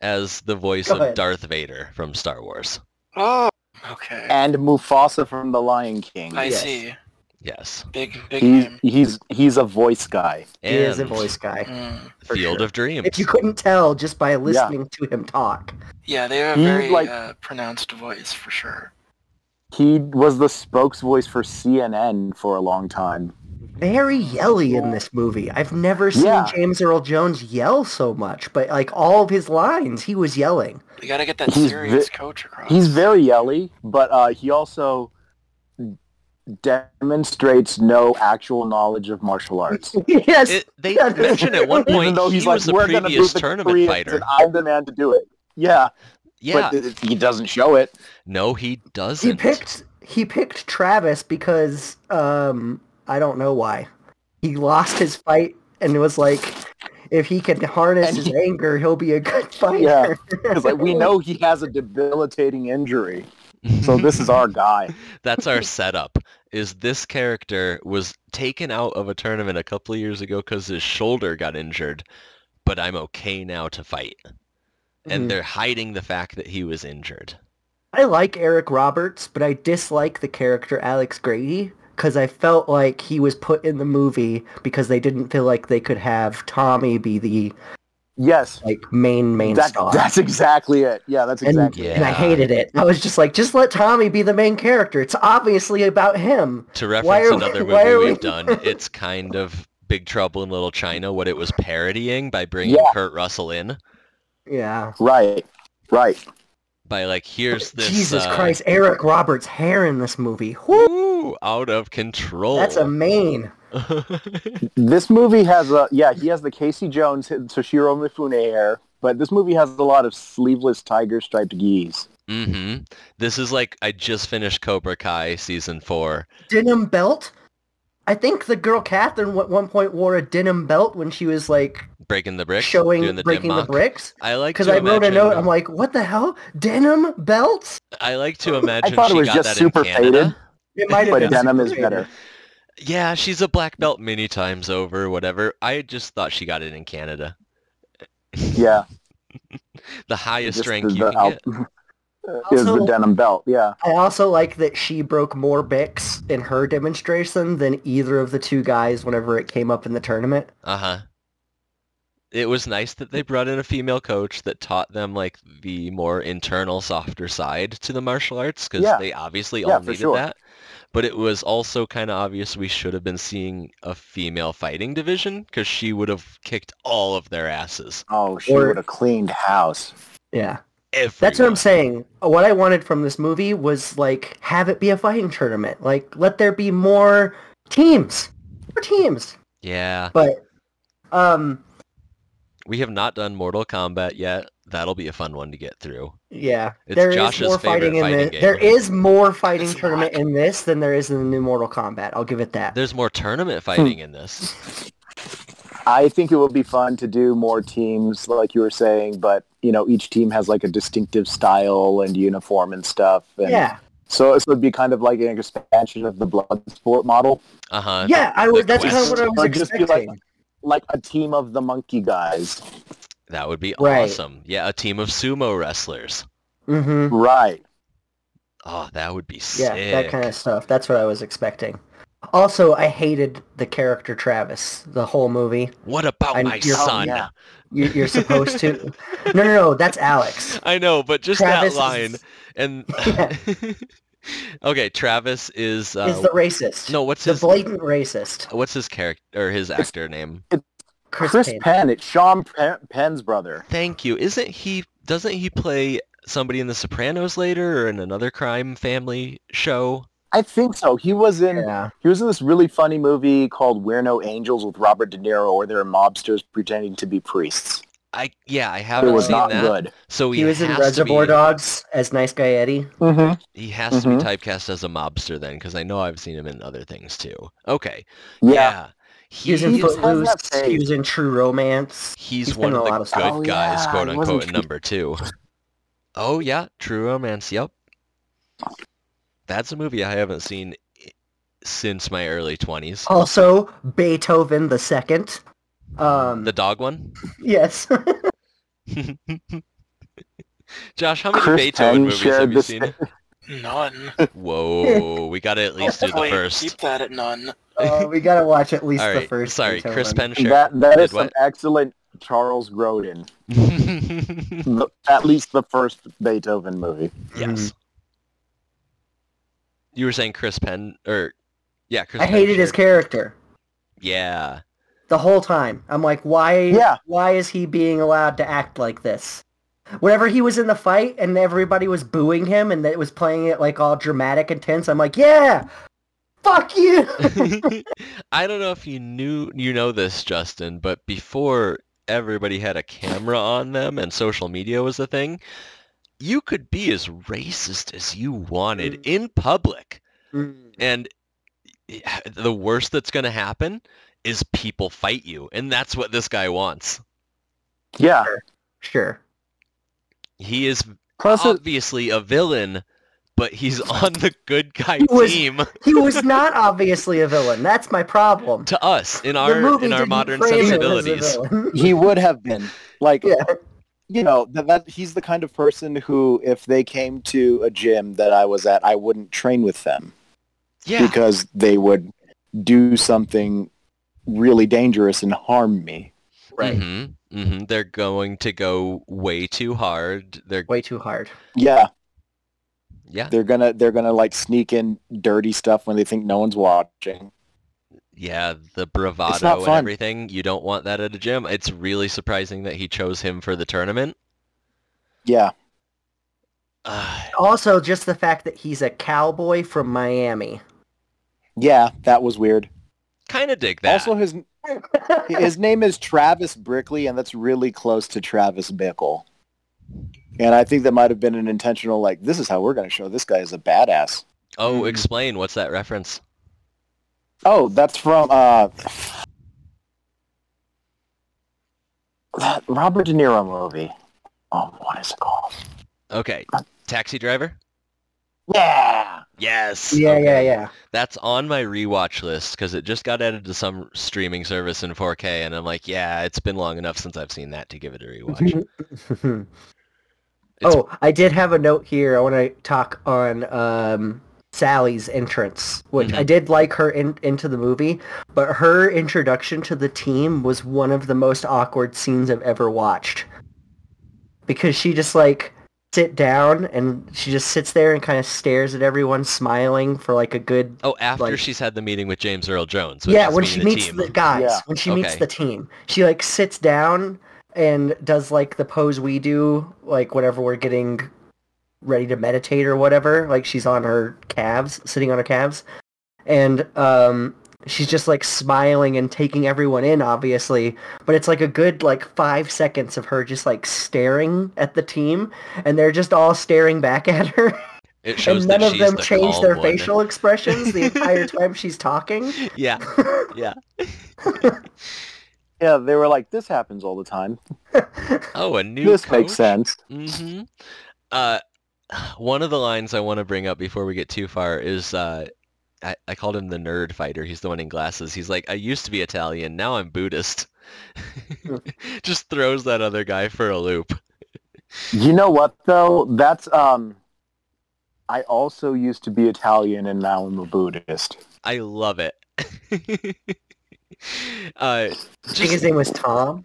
Speaker 1: as the voice
Speaker 3: Go
Speaker 1: of
Speaker 3: ahead.
Speaker 1: Darth Vader from Star Wars.
Speaker 2: Oh, okay.
Speaker 4: And Mufasa from The Lion King.
Speaker 2: I
Speaker 3: Yes.
Speaker 2: see.
Speaker 1: Yes.
Speaker 2: Big, big
Speaker 4: He's,
Speaker 2: name.
Speaker 4: he's he's a voice guy.
Speaker 1: And
Speaker 3: he is a voice guy.
Speaker 2: Mm.
Speaker 3: for
Speaker 1: Field
Speaker 3: sure.
Speaker 1: of Dreams.
Speaker 3: If you couldn't tell just by listening to him talk.
Speaker 2: Yeah, they have a
Speaker 4: He,
Speaker 2: very
Speaker 4: like-
Speaker 2: uh, pronounced voice for sure.
Speaker 4: He was the spokesvoice for CNN for a long time.
Speaker 3: Very yelly in this movie. I've never seen
Speaker 4: Yeah.
Speaker 3: James Earl Jones yell so much, but like all of his lines, he was yelling.
Speaker 2: We gotta get that
Speaker 4: He's
Speaker 2: serious
Speaker 4: ve-
Speaker 2: coach across.
Speaker 4: He's very yelly, but uh, he also demonstrates no actual knowledge of martial arts.
Speaker 3: yes.
Speaker 1: It- they mentioned at one point
Speaker 4: Even though he's
Speaker 1: he
Speaker 4: like,
Speaker 1: was a
Speaker 4: we're gonna
Speaker 1: previous
Speaker 4: beat the
Speaker 1: tournament
Speaker 4: Koreans
Speaker 1: fighter.
Speaker 4: and I'm the man to do it. Yeah,
Speaker 1: yeah.
Speaker 4: but th- he doesn't show it.
Speaker 1: no, he doesn't.
Speaker 3: he picked he picked Travis because um I don't know why. He lost his fight and was like if he can harness
Speaker 4: And
Speaker 3: his
Speaker 4: he-
Speaker 3: anger, he'll be a good
Speaker 4: Yeah,
Speaker 3: fighter.
Speaker 4: because like we know he has a debilitating injury, so
Speaker 3: Mm-hmm.
Speaker 4: this is our guy.
Speaker 1: That's our setup. Is this character was taken out of a tournament a couple of years ago because his shoulder got injured, but I'm okay now to fight. And
Speaker 3: Mhm.
Speaker 1: they're hiding the fact that he was injured.
Speaker 3: I like Eric Roberts, but I dislike the character Alex Grady because I felt like he was put in the movie because they didn't feel like they could have Tommy be the
Speaker 4: Yes,
Speaker 3: like main main
Speaker 4: that,
Speaker 3: star.
Speaker 4: that's exactly it. Yeah, that's
Speaker 3: and,
Speaker 4: exactly.
Speaker 1: Yeah.
Speaker 4: it.
Speaker 3: and I hated it. I was just like, just let Tommy be the main character. It's obviously about him.
Speaker 1: To reference
Speaker 3: Why are we-
Speaker 1: another
Speaker 3: why
Speaker 1: movie
Speaker 3: are we-
Speaker 1: we've done, it's kind of Big Trouble in Little China, what it was parodying by bringing
Speaker 4: Yeah.
Speaker 1: Kurt Russell in.
Speaker 3: Yeah.
Speaker 4: Right, right.
Speaker 1: By like, here's this
Speaker 3: Jesus
Speaker 1: uh,
Speaker 3: Christ, Eric Roberts' hair in this movie. Whoo!
Speaker 1: Ooh, out of control.
Speaker 3: That's a main.
Speaker 4: This movie has a yeah. He has the Casey Jones Toshiro Mifune hair, but this movie has a lot of sleeveless tiger striped geese.
Speaker 1: Mm-hmm. This is like I just finished Cobra Kai season four.
Speaker 3: Denim belt? I think the girl Catherine at one point wore a denim belt when she was like
Speaker 1: Breaking the bricks,
Speaker 3: showing
Speaker 1: doing the
Speaker 3: breaking the
Speaker 1: Denmark.
Speaker 3: bricks.
Speaker 1: I like
Speaker 3: Because
Speaker 1: to
Speaker 3: I wrote
Speaker 1: imagine,
Speaker 3: a note, I'm like, what the hell? Denim belts?
Speaker 1: I like to imagine
Speaker 4: thought it
Speaker 1: she
Speaker 4: was
Speaker 1: got
Speaker 4: just
Speaker 1: that
Speaker 4: super
Speaker 1: in Canada.
Speaker 4: faded.
Speaker 3: It might
Speaker 4: But
Speaker 3: have been
Speaker 4: denim is
Speaker 3: Superman.
Speaker 4: better.
Speaker 1: Yeah, she's a black belt many times over, whatever. I just thought she got it in Canada.
Speaker 4: Yeah,
Speaker 1: The highest
Speaker 4: just
Speaker 1: rank
Speaker 4: the-
Speaker 1: you
Speaker 4: the
Speaker 1: can
Speaker 4: out-
Speaker 1: get.
Speaker 4: is the
Speaker 3: Also-
Speaker 4: denim belt. Yeah,
Speaker 3: I also like that she broke more Bix in her demonstration than either of the two guys whenever it came up in the tournament.
Speaker 1: Uh-huh. It was nice that they brought in a female coach that taught them like the more internal, softer side to the martial arts because
Speaker 4: Yeah.
Speaker 1: they obviously
Speaker 4: Yeah,
Speaker 1: all
Speaker 4: for
Speaker 1: needed
Speaker 4: sure.
Speaker 1: that. But it was also kind of obvious we should have been seeing a female fighting division because she would have kicked all of their asses.
Speaker 4: Oh, she
Speaker 3: Or-
Speaker 4: would have cleaned house.
Speaker 3: Yeah. That's what
Speaker 1: Everyone.
Speaker 3: I'm saying. What I wanted from this movie was like have it be a fighting tournament. Like let there be more teams. More teams.
Speaker 1: Yeah,
Speaker 3: But um
Speaker 1: we have not done Mortal Kombat yet. That'll be a fun one to get through.
Speaker 3: yeah,
Speaker 1: It's
Speaker 3: there is
Speaker 1: Josh's
Speaker 3: more
Speaker 1: favorite
Speaker 3: fighting in
Speaker 1: fighting
Speaker 3: the,
Speaker 1: game.
Speaker 3: There is more fighting
Speaker 2: It's
Speaker 3: tournament
Speaker 2: not.
Speaker 3: in this than there is in the new Mortal Kombat. I'll give it that.
Speaker 1: There's more
Speaker 3: Hmm.
Speaker 1: tournament fighting in this.
Speaker 4: I think it would be fun to do more teams, like you were saying, but you know, each team has like a distinctive style and uniform and stuff. And
Speaker 3: yeah.
Speaker 4: So this would be kind of like an expansion of the blood sport model,
Speaker 1: Uh huh.
Speaker 3: Yeah, I was,
Speaker 1: the
Speaker 3: that's kind of
Speaker 1: quest.
Speaker 3: what I was
Speaker 4: Or just be
Speaker 3: expecting.
Speaker 4: like- like a team of the monkey guys.
Speaker 1: That would be
Speaker 3: Right.
Speaker 1: awesome. Yeah, a team of sumo wrestlers.
Speaker 3: mm-hmm.
Speaker 4: Right.
Speaker 1: Oh, that would be sick.
Speaker 3: Yeah, that kind of stuff. That's what I was expecting. Also, I hated the character Travis the whole movie.
Speaker 1: What about
Speaker 3: I-
Speaker 1: my
Speaker 3: you're- oh,
Speaker 1: son?
Speaker 4: yeah.
Speaker 3: You, you're supposed to. No, no, no. That's Alex.
Speaker 1: I know, but just
Speaker 3: Travis
Speaker 1: that line
Speaker 3: is-
Speaker 1: and
Speaker 3: Yeah.
Speaker 1: okay, Travis is uh,
Speaker 3: Is the racist?
Speaker 1: no, what's
Speaker 3: the
Speaker 1: his
Speaker 3: blatant racist.
Speaker 1: what's his character or his actor name?
Speaker 3: Chris,
Speaker 4: Chris,
Speaker 3: Pine.
Speaker 4: Penn, it's Sean Penn, Penn's brother.
Speaker 1: Thank you. Isn't he? Doesn't he play somebody in The Sopranos later or in another crime family show?
Speaker 4: I think so. He was in
Speaker 3: Yeah.
Speaker 4: he was in this really funny movie called We're No Angels with Robert De Niro where there are mobsters pretending to be priests.
Speaker 1: I yeah, I
Speaker 4: It
Speaker 1: haven't
Speaker 4: was
Speaker 1: seen
Speaker 4: not
Speaker 1: that.
Speaker 4: good.
Speaker 1: So Oh, he,
Speaker 3: He was in
Speaker 1: has to
Speaker 3: Reservoir
Speaker 1: be,
Speaker 3: Dogs as Nice Guy Eddie.
Speaker 4: Mm-hmm.
Speaker 1: He has to be typecast as a mobster then, because I know I've seen him in other things too. Okay.
Speaker 4: Yeah.
Speaker 1: He,
Speaker 3: He was in
Speaker 4: He just has
Speaker 3: Footloose.
Speaker 4: that face.
Speaker 3: He was in True Romance.
Speaker 1: he's
Speaker 3: He's been
Speaker 1: one
Speaker 3: in
Speaker 1: of
Speaker 3: a
Speaker 1: the
Speaker 3: lot of stuff.
Speaker 1: good
Speaker 4: Oh,
Speaker 1: guys,
Speaker 4: yeah,
Speaker 1: quote
Speaker 4: he wasn't
Speaker 1: unquote, in
Speaker 4: too-
Speaker 1: number two. Oh yeah, True Romance. Yep, that's a movie I haven't seen i- since my early twenties.
Speaker 3: Also, Beethoven the Second. Um,
Speaker 1: The dog one.
Speaker 3: yes.
Speaker 1: Josh, how many
Speaker 4: Chris
Speaker 1: Beethoven
Speaker 4: Penn
Speaker 1: movies
Speaker 4: shared
Speaker 1: have you
Speaker 4: the
Speaker 1: seen?
Speaker 2: None.
Speaker 1: Whoa, we gotta at least do the
Speaker 2: Definitely
Speaker 1: first.
Speaker 2: Keep that at none.
Speaker 3: Uh, we gotta watch at least
Speaker 1: All
Speaker 3: the
Speaker 1: right,
Speaker 3: first.
Speaker 1: sorry,
Speaker 3: Beethoven.
Speaker 1: Chris Penn shared.
Speaker 4: That that
Speaker 1: Did
Speaker 4: is some
Speaker 1: what?
Speaker 4: excellent Charles Grodin. The- at least the first Beethoven movie.
Speaker 3: Mm-hmm.
Speaker 1: yes. You were saying Chris Penn, or yeah, Chris.
Speaker 3: I
Speaker 1: Penn
Speaker 3: hated his
Speaker 1: shared-
Speaker 3: character
Speaker 1: Yeah.
Speaker 3: the whole time. I'm like, why?
Speaker 4: Yeah.
Speaker 3: Why is he being allowed to act like this? Whenever he was in the fight and everybody was booing him and it was playing it like all dramatic and tense, I'm like, yeah, fuck you.
Speaker 1: I don't know if you knew you know this, Justin, but before everybody had a camera on them and social media was a thing, you could be as racist as you wanted
Speaker 3: Mm.
Speaker 1: in public.
Speaker 3: Mm,
Speaker 1: And the worst that's going to happen is people fight you, and that's what this guy wants.
Speaker 4: Yeah.
Speaker 3: sure.
Speaker 1: He is
Speaker 4: Plus, it,
Speaker 1: obviously a villain, but he's on the good guy
Speaker 3: He was-
Speaker 1: team
Speaker 3: He was not obviously a villain. That's my problem.
Speaker 1: to us in our
Speaker 3: movie
Speaker 1: in our
Speaker 3: didn't
Speaker 1: modern
Speaker 3: frame him as a
Speaker 1: sensibilities.
Speaker 3: villain.
Speaker 4: he would have been like
Speaker 3: Yeah.
Speaker 4: you know that, that he's the kind of person who if they came to a gym that i was at i wouldn't train with them
Speaker 1: Yeah.
Speaker 4: because they would do something really dangerous and harm me
Speaker 3: right.
Speaker 1: Mhm. hmm They're going to go way too hard. They're
Speaker 3: Way too hard.
Speaker 4: Yeah,
Speaker 1: yeah,
Speaker 4: they're gonna they're gonna like sneak in dirty stuff when they think no one's watching.
Speaker 1: yeah, the bravado and
Speaker 4: fun.
Speaker 1: everything. You don't want that at a gym. It's really surprising that he chose him for the tournament.
Speaker 4: Yeah,
Speaker 1: Uh,
Speaker 3: Also, just the fact that he's a cowboy from Miami.
Speaker 4: yeah, that was weird.
Speaker 1: kind of dig that.
Speaker 4: Also, his his name is Travis Brickley, and that's really close to Travis Bickle. And I think that might have been an intentional like this is how we're gonna show this guy is a badass.
Speaker 1: oh,
Speaker 3: mm-hmm.
Speaker 1: explain what's that reference?
Speaker 4: Oh, that's from uh, that Robert De Niro movie. Um, what is it called?
Speaker 1: Okay, Taxi Driver.
Speaker 4: Yeah.
Speaker 1: Yes.
Speaker 3: yeah,
Speaker 1: Okay.
Speaker 3: yeah, yeah.
Speaker 1: That's on my rewatch list because it just got added to some streaming service in 4K, and I'm like, yeah, it's been long enough since I've seen that to give it a
Speaker 3: Mm-hmm.
Speaker 1: rewatch. It's-
Speaker 3: oh, I did have a note here. I want to talk on um, Sally's entrance, which I did like her in, into the movie, but her introduction to the team was one of the most awkward scenes I've ever watched. Because she just like sit down and she just sits there and kind of stares at everyone smiling for like a good
Speaker 1: oh, after
Speaker 3: Like-
Speaker 1: she's had the meeting with James Earl Jones. which
Speaker 3: yeah,
Speaker 1: is
Speaker 3: when
Speaker 1: me
Speaker 3: she
Speaker 1: and
Speaker 3: meets
Speaker 1: team.
Speaker 3: the guys,
Speaker 4: Yeah.
Speaker 3: when she meets
Speaker 1: Okay.
Speaker 3: the team, she like sits down and does like the pose we do, like whenever we're getting ready to meditate or whatever. Like she's on her calves, sitting on her calves, and um, she's just like smiling and taking everyone in, obviously. But it's like a good like five seconds of her just like staring at the team, and they're just all staring back at her,
Speaker 1: It
Speaker 3: and
Speaker 1: shows
Speaker 3: none
Speaker 1: that
Speaker 3: of
Speaker 1: she's
Speaker 3: them
Speaker 1: the
Speaker 3: change
Speaker 1: calm
Speaker 3: their
Speaker 1: one.
Speaker 3: facial expressions the entire time she's talking.
Speaker 1: Yeah, yeah.
Speaker 4: Yeah, they were like, this happens all the time.
Speaker 1: Oh, a new.
Speaker 4: this
Speaker 1: coach?
Speaker 4: makes sense.
Speaker 1: hmm Uh, one of the lines I want to bring up before we get too far is uh, I, I called him the nerd fighter. He's the one in glasses. He's like, I used to be Italian. Now I'm Buddhist. Just throws that other guy for a loop.
Speaker 4: You know what though? That's um I also used to be Italian and now I'm a Buddhist.
Speaker 1: I love it. uh,
Speaker 3: I think his
Speaker 1: just
Speaker 3: name was Tom.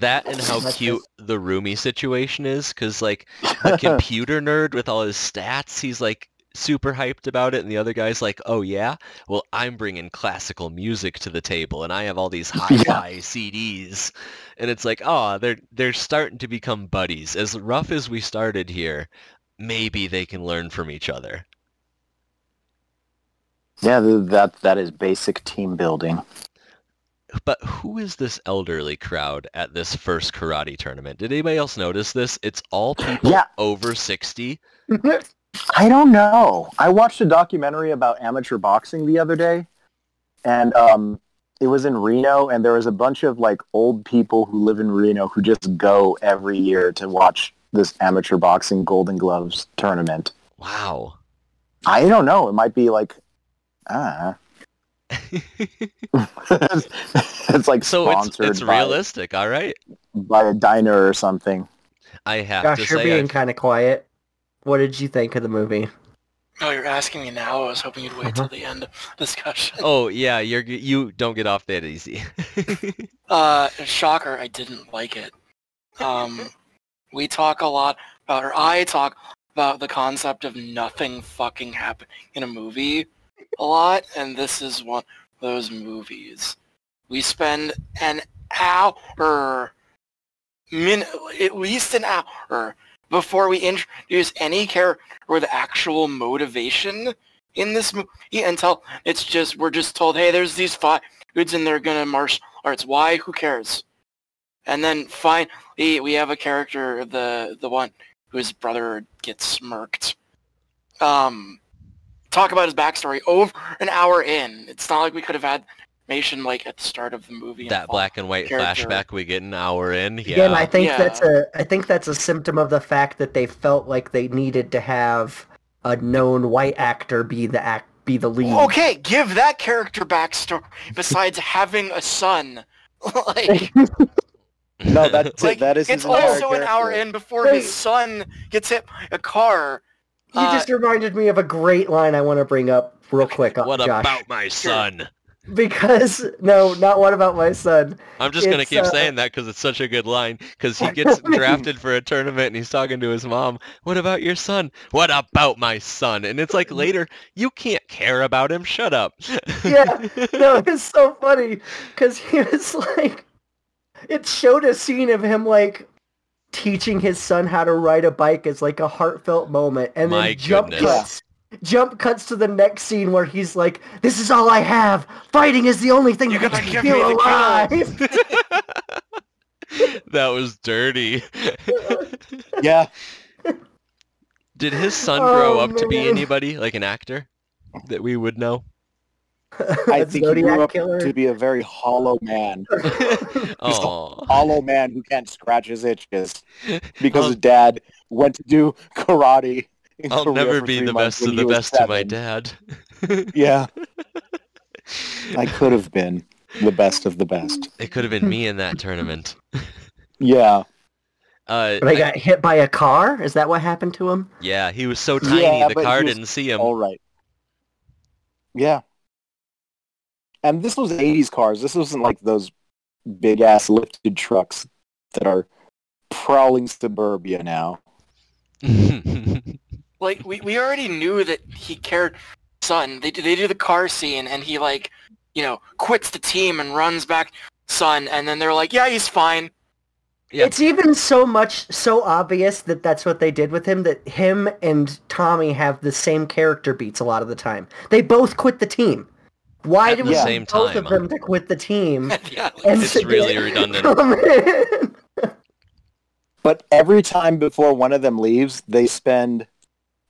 Speaker 1: that and how
Speaker 3: That's
Speaker 1: cute the roomy situation is, because like the computer nerd with all his stats, he's like super hyped about it, and the other guy's like, "Oh yeah, well I'm bringing classical music to the table, and I have all these hi-fi CDs," and it's like, "Oh, they're they're starting to become buddies. As rough as we started here, maybe they can learn from each other."
Speaker 4: yeah, th- that that is basic team building.
Speaker 1: But who is this elderly crowd at this first karate tournament? Did anybody else notice this? It's all people
Speaker 4: Yeah.
Speaker 1: over 60.
Speaker 4: I don't know. I watched a documentary about amateur boxing the other day, and um, it was in Reno, and there was a bunch of like old people who live in Reno who just go every year to watch this amateur boxing Golden Gloves tournament.
Speaker 1: Wow.
Speaker 4: I don't know. It might be like, ah, it's like
Speaker 1: so it's
Speaker 4: sponsored
Speaker 1: it's
Speaker 4: by,
Speaker 1: realistic, all right?
Speaker 4: by a diner or something.
Speaker 1: I have to
Speaker 3: Josh, you're
Speaker 1: say
Speaker 3: being
Speaker 1: I,
Speaker 3: kind of quiet. What did you think of the movie?
Speaker 2: Oh, you're asking me now. I was hoping you'd
Speaker 4: Uh-huh.
Speaker 2: wait till the end of discussion.
Speaker 1: Oh, yeah, you're g- you don't get off that easy.
Speaker 2: Uh, shocker, I didn't like it. Um, we talk a lot about, or I talk about the concept of nothing fucking happening in a movie a lot, and this is one of those movies. We spend an hour, min- at least an hour, before we introduce any character with actual motivation in this movie until it's just, we're just told, hey, there's these five dudes and they're gonna march arts. Why? Who cares? And then finally, we have a character, the the one whose brother gets smirked. Um, talk about his backstory over an hour in. It's not like we could have had information like at the start of the movie. and
Speaker 1: that
Speaker 2: follow-
Speaker 1: black and white
Speaker 2: Character.
Speaker 1: flashback we get an hour in. Yeah.
Speaker 3: Again, I think
Speaker 2: Yeah.
Speaker 3: that's a I think that's a symptom of the fact that they felt like they needed to have a known white actor be the act be the lead.
Speaker 2: Okay, give that character backstory besides having a son. like,
Speaker 4: No, that's
Speaker 2: like
Speaker 4: it. That is his
Speaker 2: it's
Speaker 4: entire
Speaker 2: also an hour
Speaker 4: character.
Speaker 2: in before
Speaker 3: Wait.
Speaker 2: his son gets hit by a car.
Speaker 3: You just reminded me of a great line I want to bring up real quick, uh,
Speaker 1: what
Speaker 3: Josh.
Speaker 1: about my son?
Speaker 3: because no, not what about my son?
Speaker 1: I'm just gonna
Speaker 3: It's,
Speaker 1: keep
Speaker 3: uh,
Speaker 1: saying that because it's such a good line. Because he gets drafted for a tournament and he's talking to his mom. What about your son? What about my son? And it's like later, you can't care about him. Shut up.
Speaker 3: Yeah, no, it's so funny because he was like, it showed a scene of him like teaching his son how to ride a bike as like a heartfelt moment, and
Speaker 1: My
Speaker 3: then jump
Speaker 1: goodness.
Speaker 3: cuts. Jump cuts to the next scene where he's like, "This is all I have. Fighting is the only thing
Speaker 2: You're
Speaker 3: that
Speaker 2: gonna
Speaker 3: gets me
Speaker 2: give me the
Speaker 3: feel
Speaker 2: kill."
Speaker 3: alive."
Speaker 1: that was dirty.
Speaker 4: Yeah.
Speaker 1: Did his son grow
Speaker 3: Oh,
Speaker 1: up to be
Speaker 3: man.
Speaker 1: anybody like an actor that we would know?
Speaker 4: I
Speaker 3: That's
Speaker 4: think he
Speaker 3: Zodiac
Speaker 4: grew up
Speaker 3: killer.
Speaker 4: to be a very hollow man.
Speaker 1: Oh,
Speaker 4: Hollow man who can't scratch his itches because
Speaker 1: I'll-
Speaker 4: his dad went to do karate. in
Speaker 1: I'll
Speaker 4: Korea
Speaker 1: never
Speaker 4: for
Speaker 1: be
Speaker 4: three
Speaker 1: the
Speaker 4: months
Speaker 1: best of
Speaker 4: when
Speaker 1: the
Speaker 4: he was
Speaker 1: best to my
Speaker 4: seven.
Speaker 1: dad.
Speaker 4: Yeah. I could have been the best of the best.
Speaker 1: It could have been me in that tournament.
Speaker 4: Yeah.
Speaker 1: Uh,
Speaker 3: They got hit by a car. Is that what happened to him?
Speaker 1: yeah, he was so tiny
Speaker 4: Yeah,
Speaker 1: the
Speaker 4: but he
Speaker 1: car
Speaker 4: was-
Speaker 1: didn't see him.
Speaker 4: All right. Yeah. And this was 80s cars. This wasn't like those big ass lifted trucks that are prowling suburbia now.
Speaker 2: Like we, we already knew that he cared son. They do they do the car scene and he like, you know, quits the team and runs back son and then they're like, Yeah, he's fine.
Speaker 1: Yeah.
Speaker 3: It's even so much so obvious that that's what they did with him that him and Tommy have the same character beats a lot of the time. They both quit the team. Why
Speaker 1: At
Speaker 3: do
Speaker 1: the
Speaker 3: we
Speaker 1: same
Speaker 3: need both
Speaker 1: time.
Speaker 3: of them to quit the team?
Speaker 2: yeah.
Speaker 3: And
Speaker 1: It's really redundant.
Speaker 3: come in?
Speaker 4: But every time before one of them leaves, they spend,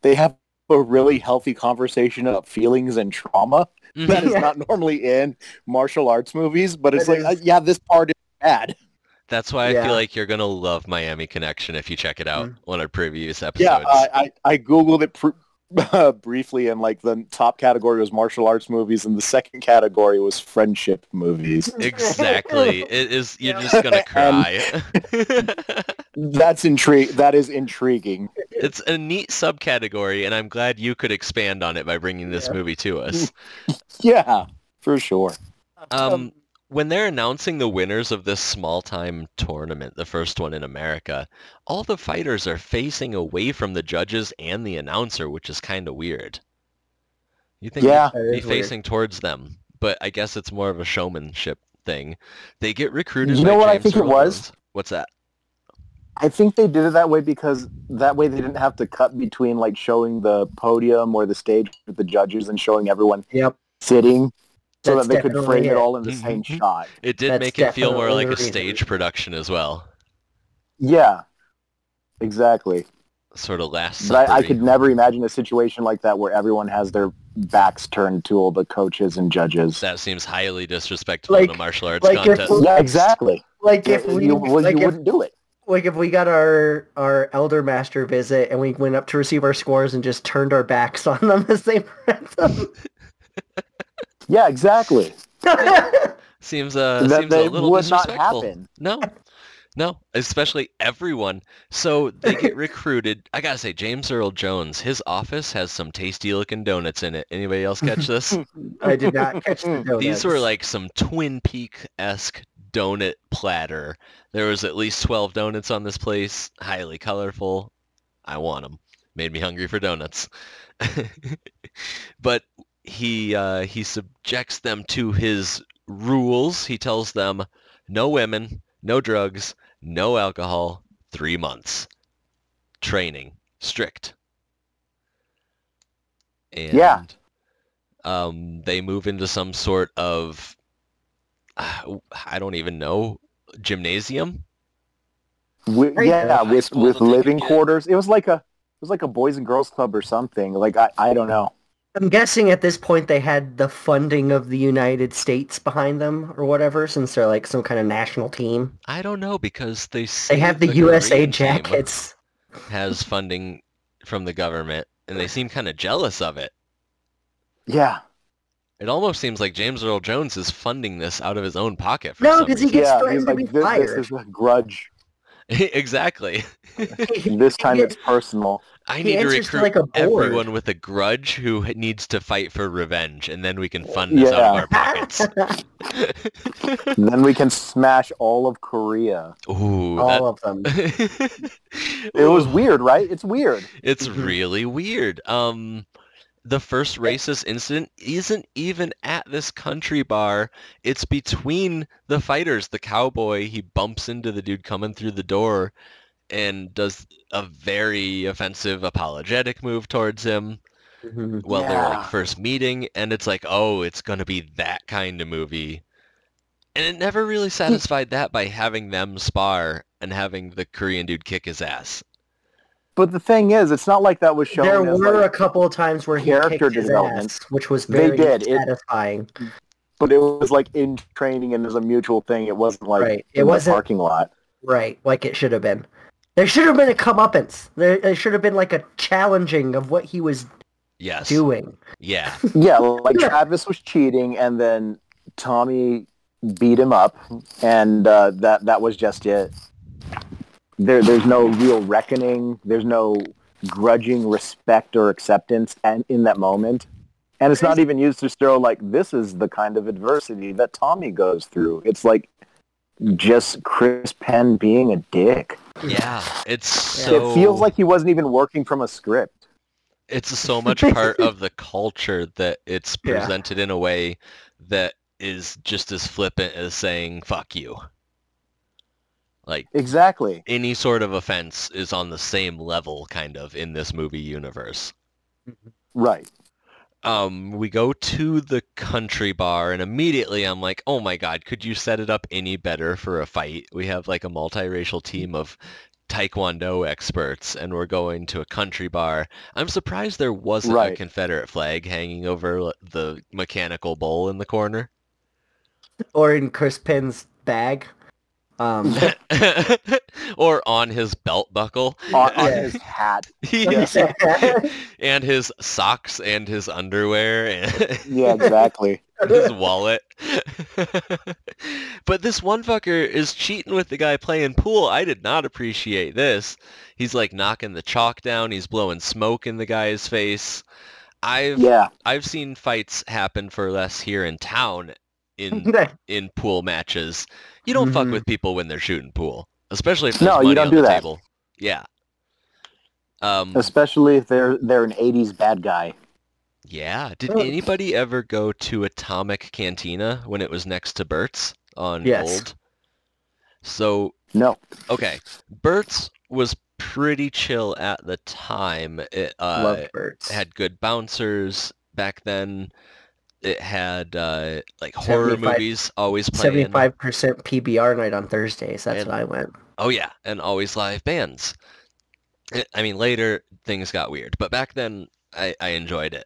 Speaker 4: they have a really healthy conversation about feelings and trauma. That is
Speaker 3: Yeah.
Speaker 4: not normally in martial arts movies, but it's
Speaker 3: That
Speaker 4: like,
Speaker 3: is-
Speaker 4: uh, yeah, this part is bad.
Speaker 1: That's why I
Speaker 3: Yeah.
Speaker 1: feel like you're gonna love Miami Connection if you check it out on our previous episodes.
Speaker 4: Mm. Yeah, uh, I, I, I googled it pr- briefly, and like the top category was martial arts movies, and the second category was friendship movies.
Speaker 1: exactly. It is. You're
Speaker 3: Yeah.
Speaker 1: just gonna
Speaker 4: And-
Speaker 1: cry.
Speaker 4: That's intrigue. That is intriguing.
Speaker 1: it's a neat subcategory, and I'm glad you could expand on it by bringing this
Speaker 3: Yeah.
Speaker 1: movie to us.
Speaker 4: Yeah, for sure.
Speaker 1: Um, when they're announcing the winners of this small-time tournament, the first one in America, all the fighters are facing away from the judges and the announcer, which is kind of weird. You think
Speaker 4: Yeah.
Speaker 3: That
Speaker 1: they'd be
Speaker 3: is weird.
Speaker 1: facing towards them, but I guess it's more of a showmanship thing. They get recruited.
Speaker 4: You
Speaker 1: by
Speaker 4: know what I
Speaker 1: James
Speaker 4: think it was?
Speaker 1: Earl Jones. What's that?
Speaker 4: I think they did it that way because that way they didn't have to cut between like showing the podium or the stage with the judges and showing everyone
Speaker 3: Yep.
Speaker 4: sitting, so
Speaker 3: That's
Speaker 4: that they could
Speaker 3: definitely
Speaker 4: frame it
Speaker 3: it.
Speaker 4: all in the
Speaker 1: Mhm.
Speaker 4: same shot.
Speaker 1: It did
Speaker 3: That's
Speaker 1: make it feel more
Speaker 3: definitely
Speaker 1: like a
Speaker 3: the reason.
Speaker 1: stage production as well,
Speaker 4: Yeah, exactly.
Speaker 1: sort of last.
Speaker 4: But I, I
Speaker 1: Supper-y.
Speaker 4: could never imagine a situation like that where everyone has their backs turned to all the coaches and judges.
Speaker 1: That seems highly disrespectful in
Speaker 3: Like-
Speaker 1: a martial arts
Speaker 3: like if-
Speaker 1: contest.
Speaker 4: Yeah, exactly.
Speaker 3: Like
Speaker 4: Yeah,
Speaker 3: if we
Speaker 4: you, well,
Speaker 3: like
Speaker 4: you
Speaker 3: if,
Speaker 4: wouldn't do it.
Speaker 3: like if we got our our elder master visit and we went up to receive our scores and just turned our backs on them as they read them.
Speaker 4: Yeah, exactly.
Speaker 1: Seems uh
Speaker 4: that
Speaker 1: seems
Speaker 4: they
Speaker 1: a little
Speaker 4: would not
Speaker 1: disrespectful.
Speaker 4: happen.
Speaker 1: No. No, especially everyone. So they get recruited. I gotta say, James Earl Jones, his office has some tasty looking donuts in it. Anybody else catch this?
Speaker 3: I did not catch the donuts.
Speaker 1: These were like some Twin Peak esque donut platter. There was at least twelve donuts on this place. Highly colorful. I want them. Made me hungry for donuts. but he uh, he subjects them to his rules. He tells them no women, no drugs, no alcohol. Three months training, strict. And
Speaker 4: Yeah.
Speaker 1: um, they move into some sort of uh, I don't even know gymnasium.
Speaker 4: Wi-
Speaker 3: Right.
Speaker 4: yeah,
Speaker 2: High
Speaker 4: with
Speaker 2: school
Speaker 4: with
Speaker 2: that they
Speaker 4: living
Speaker 2: could get.
Speaker 4: quarters. It was like a it was like a boys and girls club or something. Like I, I don't know.
Speaker 3: I'm guessing at this point they had the funding of the United States behind them or whatever, since they're like some kind of national team.
Speaker 1: I don't know because they
Speaker 3: They
Speaker 1: say
Speaker 3: have the, USA
Speaker 1: Korean team
Speaker 3: jackets.
Speaker 1: has funding from the government and they seem kind of jealous of it.
Speaker 4: Yeah.
Speaker 1: It almost seems like James Earl Jones is funding this out of his own pocket. For
Speaker 3: No,
Speaker 1: some
Speaker 3: 'cause he
Speaker 1: reason.
Speaker 3: gets
Speaker 4: yeah.
Speaker 3: threatened
Speaker 4: he's
Speaker 3: to
Speaker 4: like,
Speaker 3: be
Speaker 4: this, this
Speaker 3: fired."
Speaker 4: is a grudge.
Speaker 1: exactly.
Speaker 4: This time it's personal.
Speaker 1: I
Speaker 3: He
Speaker 1: need to
Speaker 3: answers to,
Speaker 1: recruit
Speaker 3: like, a board.
Speaker 1: everyone with a grudge who h- needs to fight for revenge, and then we can fund this out of
Speaker 4: Yeah.
Speaker 1: our pockets.
Speaker 4: then we can smash all of Korea.
Speaker 1: Ooh,
Speaker 3: All of them.
Speaker 1: that...
Speaker 4: It was
Speaker 1: Ooh,
Speaker 4: weird, right? It's weird.
Speaker 1: It's
Speaker 3: Mhm.
Speaker 1: really weird. Um, the first racist incident isn't even at this country bar. It's between the fighters. The cowboy he bumps into the dude coming through the door, and does a very offensive, apologetic move towards him.
Speaker 3: Mhm.
Speaker 1: Well, they're like
Speaker 4: Yeah.
Speaker 1: first meeting, and it's like, oh, it's gonna be that kind of movie. And it never really satisfied that by having them spar and having the Korean dude kick his ass.
Speaker 4: But the thing is, it's not like that was shown.
Speaker 3: There
Speaker 4: as,
Speaker 3: were
Speaker 4: like-
Speaker 3: a couple of times where he
Speaker 4: character
Speaker 3: kicked his
Speaker 4: development.
Speaker 3: ass, which was
Speaker 4: They
Speaker 3: very
Speaker 4: did. It-
Speaker 3: satisfying.
Speaker 4: but it was like in training and as a mutual thing. It wasn't like
Speaker 3: Right. It
Speaker 4: in
Speaker 3: wasn't-
Speaker 4: the parking lot.
Speaker 3: Right, like it should have been. There should have been a comeuppance. There, there should have been like a challenging of what he was
Speaker 1: Yes.
Speaker 3: doing.
Speaker 1: Yeah.
Speaker 4: Yeah, like Travis was cheating, and then Tommy beat him up, and uh, that that was just it. There, there's no real reckoning. There's no grudging respect or acceptance, and in that moment, and it's not even used to show like this is the kind of adversity that Tommy goes through. It's like just Chris Penn being a dick.
Speaker 1: Yeah. It's
Speaker 3: Yeah.
Speaker 1: so
Speaker 4: It feels like he wasn't even working from a script.
Speaker 1: it's so much part of the culture that it's
Speaker 3: Yeah.
Speaker 1: presented in a way that is just as flippant as saying fuck you. Like
Speaker 4: Exactly.
Speaker 1: any sort of offense is on the same level kind of in this movie universe.
Speaker 4: Right.
Speaker 1: um, we go to the country bar and immediately I'm like, oh my god, could you set it up any better for a fight? We have like a multiracial team of taekwondo experts and we're going to a country bar. I'm surprised there wasn't a
Speaker 4: Right.
Speaker 1: Confederate flag hanging over l- the mechanical bowl in the corner.
Speaker 3: Or in Chris Penn's bag. Um,
Speaker 1: or on his belt buckle.
Speaker 4: On, on
Speaker 3: Yeah.
Speaker 4: his hat.
Speaker 1: Yes. and his socks and his underwear and
Speaker 4: Yeah, exactly.
Speaker 1: his wallet. but this one fucker is cheating with the guy playing pool. I did not appreciate this. He's like knocking the chalk down. He's blowing smoke in the guy's face. I've
Speaker 4: yeah.
Speaker 1: I've seen fights happen for less here in town in
Speaker 3: Right.
Speaker 1: in pool matches. You don't fuck
Speaker 3: Mhm.
Speaker 1: with people when they're shooting pool, especially if there's
Speaker 4: Mm-hmm. No,
Speaker 1: money
Speaker 4: you don't
Speaker 1: on
Speaker 4: do
Speaker 1: the
Speaker 4: that.
Speaker 1: table. Yeah. Um,
Speaker 4: Especially if they're they're an '80s bad guy.
Speaker 1: Yeah. Did
Speaker 3: Oh.
Speaker 1: anybody ever go to Atomic Cantina when it was next to Burt's on
Speaker 3: Yes.
Speaker 1: Old? So,
Speaker 4: No.
Speaker 1: okay. Burt's was pretty chill at the time. It uh,
Speaker 3: Love birds.
Speaker 1: it had good bouncers back then. It had uh, like horror
Speaker 3: 75
Speaker 1: movies always playing.
Speaker 3: 75% PBR night on Thursdays. That's
Speaker 1: And-
Speaker 3: what I went.
Speaker 1: Oh yeah, and always live bands. I- I mean, later things got weird, but back then I, I enjoyed it.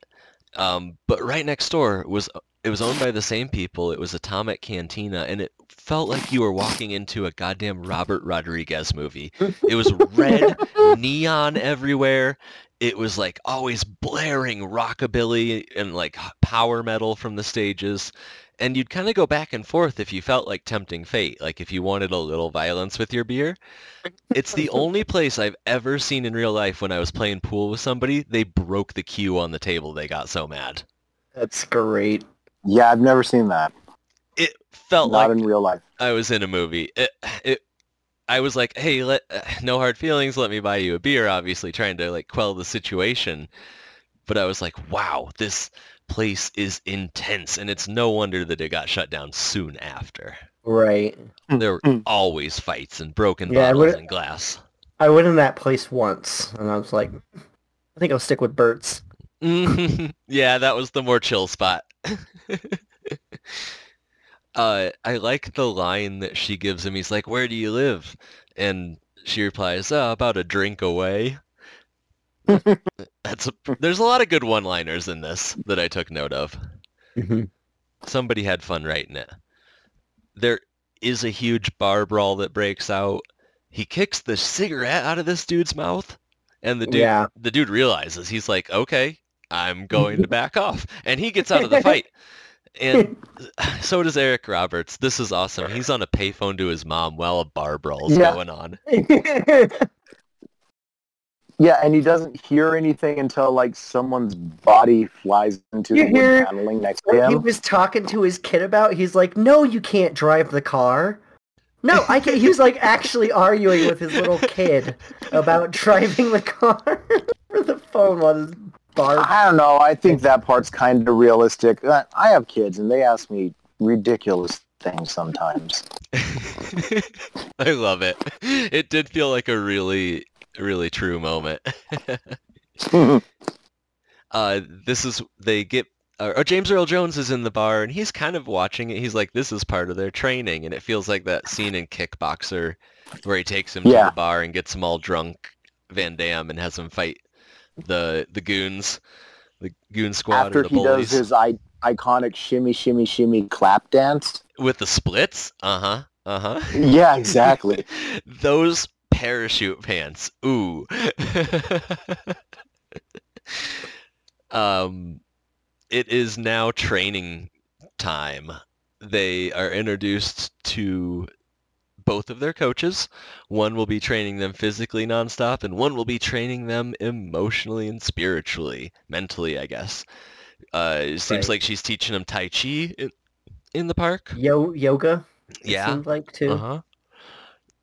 Speaker 1: Um, but right next door was it was owned by the same people. It was Atomic Cantina, and it felt like you were walking into a goddamn Robert Rodriguez movie. It was red neon everywhere. It was like always blaring rockabilly and like h- power metal from the stages. And you'd kind of go back and forth if you felt like tempting fate, like if you wanted a little violence with your beer. It's the only place I've ever seen in real life when I was playing pool with somebody, they broke the cue on the table. They got so mad.
Speaker 3: That's great.
Speaker 4: Yeah, I've never seen that.
Speaker 1: It felt
Speaker 4: Not
Speaker 1: like
Speaker 4: in real life.
Speaker 1: I was in a movie. It, it, I was like, hey, let, uh, no hard feelings. Let me buy you a beer. Obviously, trying to like quell the situation. But I was like, wow, this place is intense, and it's no wonder that it got shut down soon after.
Speaker 3: Right.
Speaker 1: There were
Speaker 4: Mm.
Speaker 1: always fights and broken
Speaker 3: Yeah, I
Speaker 1: bottles
Speaker 3: would-
Speaker 1: and glass.
Speaker 3: I went in that place once, and I was like, I think I'll stick with Burt's.
Speaker 1: Mhm. yeah, that was the more chill spot. uh, I like the line that she gives him. He's like, "Where do you live?" And she replies, oh, "About a drink away." That's a, there's a lot of good one-liners in this that I took note of. Somebody had fun writing it. There is a huge bar brawl that breaks out. He kicks the cigarette out of this dude's mouth, and the dude
Speaker 3: Yeah.
Speaker 1: the dude realizes he's like, okay, I'm going to back off, and he gets out of the fight. And so does Eric Roberts. This is awesome. He's on a payphone to his mom while a bar brawl's
Speaker 3: Yeah.
Speaker 1: going on.
Speaker 4: Yeah, and he doesn't hear anything until like someone's body flies into
Speaker 3: You
Speaker 4: the wood
Speaker 3: hear-
Speaker 4: paneling next to
Speaker 3: What he
Speaker 4: him.
Speaker 3: was talking to his kid about, he's like, "No, you can't drive the car." No, I can't. He was like actually arguing with his little kid about driving the car for the phone while his bar.
Speaker 4: I don't know. I think that part's kind of realistic. I I have kids, and they ask me ridiculous things sometimes.
Speaker 1: I love it. It did feel like a really, really true moment. uh, this is they get. Uh, oh, James Earl Jones is in the bar and he's kind of watching it. He's like, "This is part of their training," and it feels like that scene in Kickboxer where he takes him to
Speaker 4: Yeah.
Speaker 1: the bar and gets him all drunk, Van Damme, and has him fight the the goons, the goon squad,
Speaker 4: After
Speaker 1: or the
Speaker 4: he does
Speaker 1: bullies
Speaker 4: his I- iconic shimmy, shimmy, shimmy clap dance.
Speaker 1: with the splits. Uh huh. Uh huh.
Speaker 4: Yeah, exactly.
Speaker 1: Those parachute pants. Ooh. um, it is now training time. They are introduced to both of their coaches. One will be training them physically nonstop, and one will be training them emotionally and spiritually, mentally, I guess. Uh, it seems
Speaker 3: Right.
Speaker 1: like she's teaching them Tai Chi in, in the park.
Speaker 3: Yo, yoga. it
Speaker 1: Yeah.
Speaker 3: seemed like too.
Speaker 1: Uh-huh.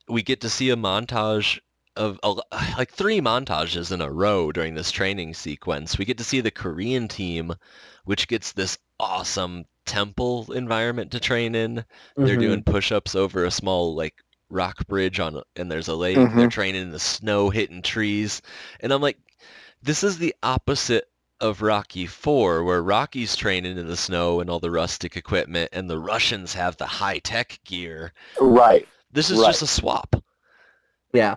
Speaker 1: We get to see a montage of a lo- like three montages in a row during this training sequence. We get to see the Korean team, which gets this awesome temple environment to train in. They're
Speaker 3: Mhm.
Speaker 1: doing push-ups over a small like rock bridge on a- and there's a lake. They're training in the snow, hitting trees, and I'm like, this is the opposite of Rocky 4 where Rocky's training in the snow and all the rustic equipment and the Russians have the high-tech gear.
Speaker 4: Right.
Speaker 1: This is
Speaker 4: Right.
Speaker 1: just a swap.
Speaker 3: Yeah.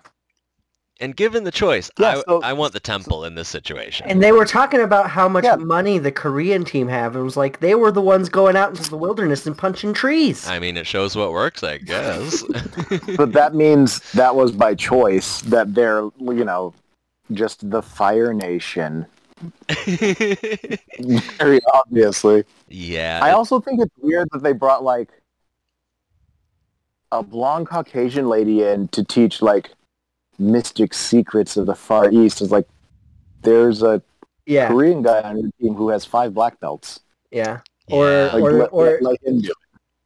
Speaker 1: And given the choice,
Speaker 4: Yeah,
Speaker 1: I,
Speaker 4: so-
Speaker 1: I want the temple in this situation.
Speaker 3: And they were talking about how much
Speaker 4: Yeah.
Speaker 3: money the Korean team have, and it was like they were the ones going out into the wilderness and punching trees.
Speaker 1: I mean, it shows what works, I guess.
Speaker 4: But that means that was by choice, that they're, you know, just the Fire Nation. Very obviously.
Speaker 1: yeah.
Speaker 4: I
Speaker 1: it-
Speaker 4: also think it's weird that they brought like a blonde Caucasian lady in to teach like mystic secrets of the Far East. It's like there's a
Speaker 3: yeah,
Speaker 4: Korean guy on your team who has five black belts.
Speaker 3: yeah. or-
Speaker 1: yeah.
Speaker 4: Like,
Speaker 3: Or-
Speaker 4: let,
Speaker 3: or-
Speaker 4: let- let him do it.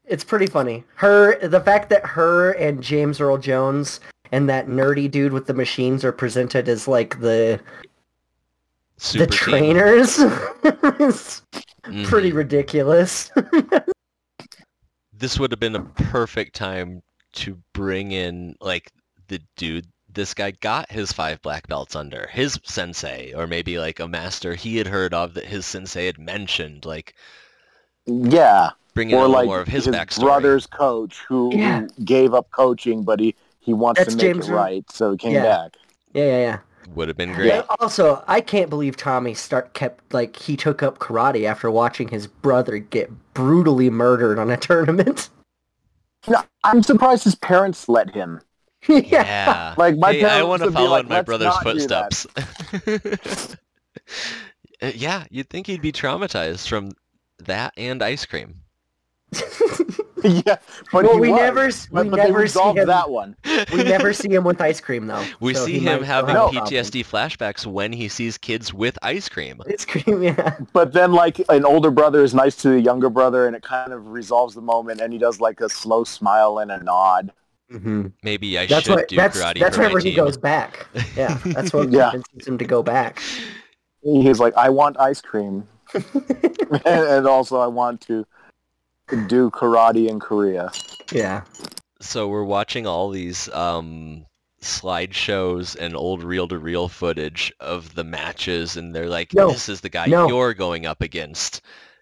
Speaker 3: It's pretty funny. Her, the fact that her and James Earl Jones and that nerdy dude with the machines are presented as like the
Speaker 1: Super
Speaker 3: the
Speaker 1: team.
Speaker 3: trainers is
Speaker 1: Mhm.
Speaker 3: pretty ridiculous.
Speaker 1: This would have been a perfect time to bring in like the dude. This guy got his five black belts under his sensei, or maybe like a master he had heard of that his sensei had mentioned. Like,
Speaker 4: Yeah,
Speaker 1: bringing
Speaker 4: or
Speaker 1: in
Speaker 4: like
Speaker 1: more of his, backstory.
Speaker 4: brother's coach who, who
Speaker 3: Yeah.
Speaker 4: gave up coaching, but he, he wants
Speaker 3: That's
Speaker 4: to make
Speaker 3: James
Speaker 4: it
Speaker 3: Earl-
Speaker 4: right, so he came
Speaker 3: Yeah.
Speaker 4: back.
Speaker 3: yeah, yeah, yeah.
Speaker 1: would have been great.
Speaker 4: Yeah.
Speaker 3: And also, I can't believe Tommy start kept like he took up karate after watching his brother get brutally murdered on a tournament.
Speaker 4: No, I'm surprised his parents let him.
Speaker 3: yeah.
Speaker 1: Yeah.
Speaker 4: Like, my
Speaker 1: hey, I
Speaker 4: parents
Speaker 1: want
Speaker 4: would
Speaker 1: to
Speaker 4: be
Speaker 1: follow
Speaker 4: like,
Speaker 1: in my
Speaker 4: "Let's
Speaker 1: brother's
Speaker 4: not do that."
Speaker 1: footsteps. Uh, yeah, you'd think he'd be traumatized from that and ice cream.
Speaker 4: yeah, but
Speaker 3: Well,
Speaker 4: he
Speaker 3: we
Speaker 4: was.
Speaker 3: never s-
Speaker 4: But,
Speaker 3: we
Speaker 4: but
Speaker 3: never
Speaker 4: they
Speaker 3: see
Speaker 4: resolved
Speaker 3: him-
Speaker 4: that one.
Speaker 3: we never see him with ice cream though.
Speaker 1: We
Speaker 3: so
Speaker 1: see
Speaker 3: he
Speaker 1: him
Speaker 3: might
Speaker 1: having
Speaker 3: still have a problem.
Speaker 1: PTSD flashbacks when he sees kids with ice cream.
Speaker 3: Ice cream, yeah.
Speaker 4: But then, like, an older brother is nice to the younger brother, and it kind of resolves the moment, and he does, like, a slow smile and a nod.
Speaker 3: Mm-hmm.
Speaker 1: Maybe I
Speaker 3: That's
Speaker 1: should
Speaker 3: what
Speaker 1: do
Speaker 3: that's
Speaker 1: karate
Speaker 3: that's
Speaker 1: for my
Speaker 3: whenever he
Speaker 1: team.
Speaker 3: goes back. Yeah, that's what
Speaker 4: Yeah.
Speaker 3: convinces him to go back.
Speaker 4: He's like, I want ice cream. and, and also, I want to do karate in Korea.
Speaker 3: Yeah.
Speaker 1: So we're watching all these um, slideshows and old reel-to-reel footage of the matches, and they're like,
Speaker 3: No.
Speaker 1: "This is the guy
Speaker 3: No.
Speaker 1: you're going up against,"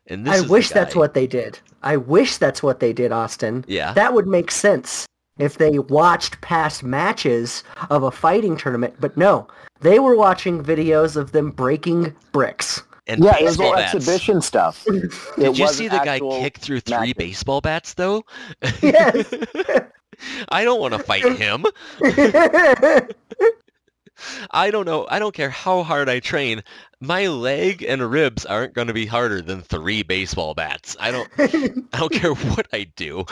Speaker 1: and this
Speaker 3: I
Speaker 1: is the
Speaker 3: wish that's
Speaker 1: guy-
Speaker 3: what they did. I wish that's what they did, Austin.
Speaker 1: Yeah.
Speaker 3: That would make sense if they watched past matches of a fighting tournament, but no. They were watching videos of them breaking bricks.
Speaker 1: and
Speaker 4: Yeah, it was
Speaker 1: baseball
Speaker 4: all
Speaker 1: bats.
Speaker 4: exhibition stuff. It
Speaker 1: Did you
Speaker 4: wasn't
Speaker 1: see the guy
Speaker 4: actual-
Speaker 1: kick through three
Speaker 4: matches.
Speaker 1: baseball bats though?
Speaker 3: Yes.
Speaker 1: I don't want to fight him. I don't know. I don't care how hard I train. My leg and ribs aren't going to be harder than three baseball bats. I don't. I don't care what I do.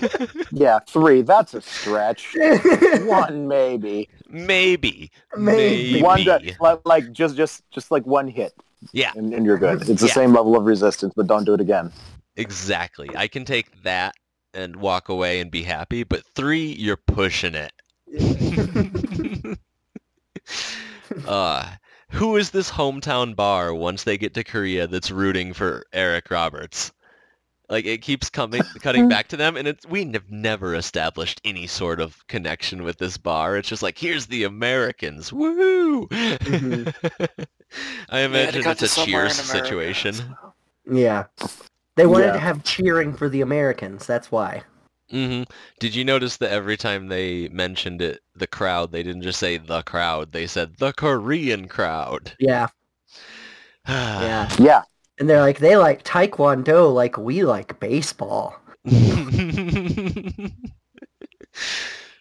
Speaker 4: Yeah, three. That's a stretch. one maybe.
Speaker 1: Maybe.
Speaker 3: Maybe.
Speaker 4: One to, like, like just just just like one hit,
Speaker 1: Yeah.
Speaker 4: and, and you're good. It's the
Speaker 1: Yeah.
Speaker 4: same level of resistance, but don't do it again.
Speaker 1: Exactly. I can take that and walk away and be happy, but three, you're pushing it. uh, who is this hometown bar once they get to Korea that's rooting for Eric Roberts? Like it keeps coming, cutting back to them, and it's we have never established any sort of connection with this bar. It's just like here's the Americans, woo! I
Speaker 2: We had to
Speaker 1: imagine
Speaker 2: cut
Speaker 1: it's
Speaker 2: to
Speaker 1: a
Speaker 2: somewhere in
Speaker 1: Cheers
Speaker 2: America.
Speaker 1: situation.
Speaker 3: yeah. They wanted
Speaker 4: Yeah.
Speaker 3: to have cheering for the Americans. That's why.
Speaker 1: hmm Did you notice that every time they mentioned it, the crowd, they didn't just say the crowd, they said the Korean crowd.
Speaker 3: Yeah.
Speaker 1: yeah.
Speaker 3: Yeah.
Speaker 4: Yeah,
Speaker 3: And they're like, they like taekwondo like we like baseball.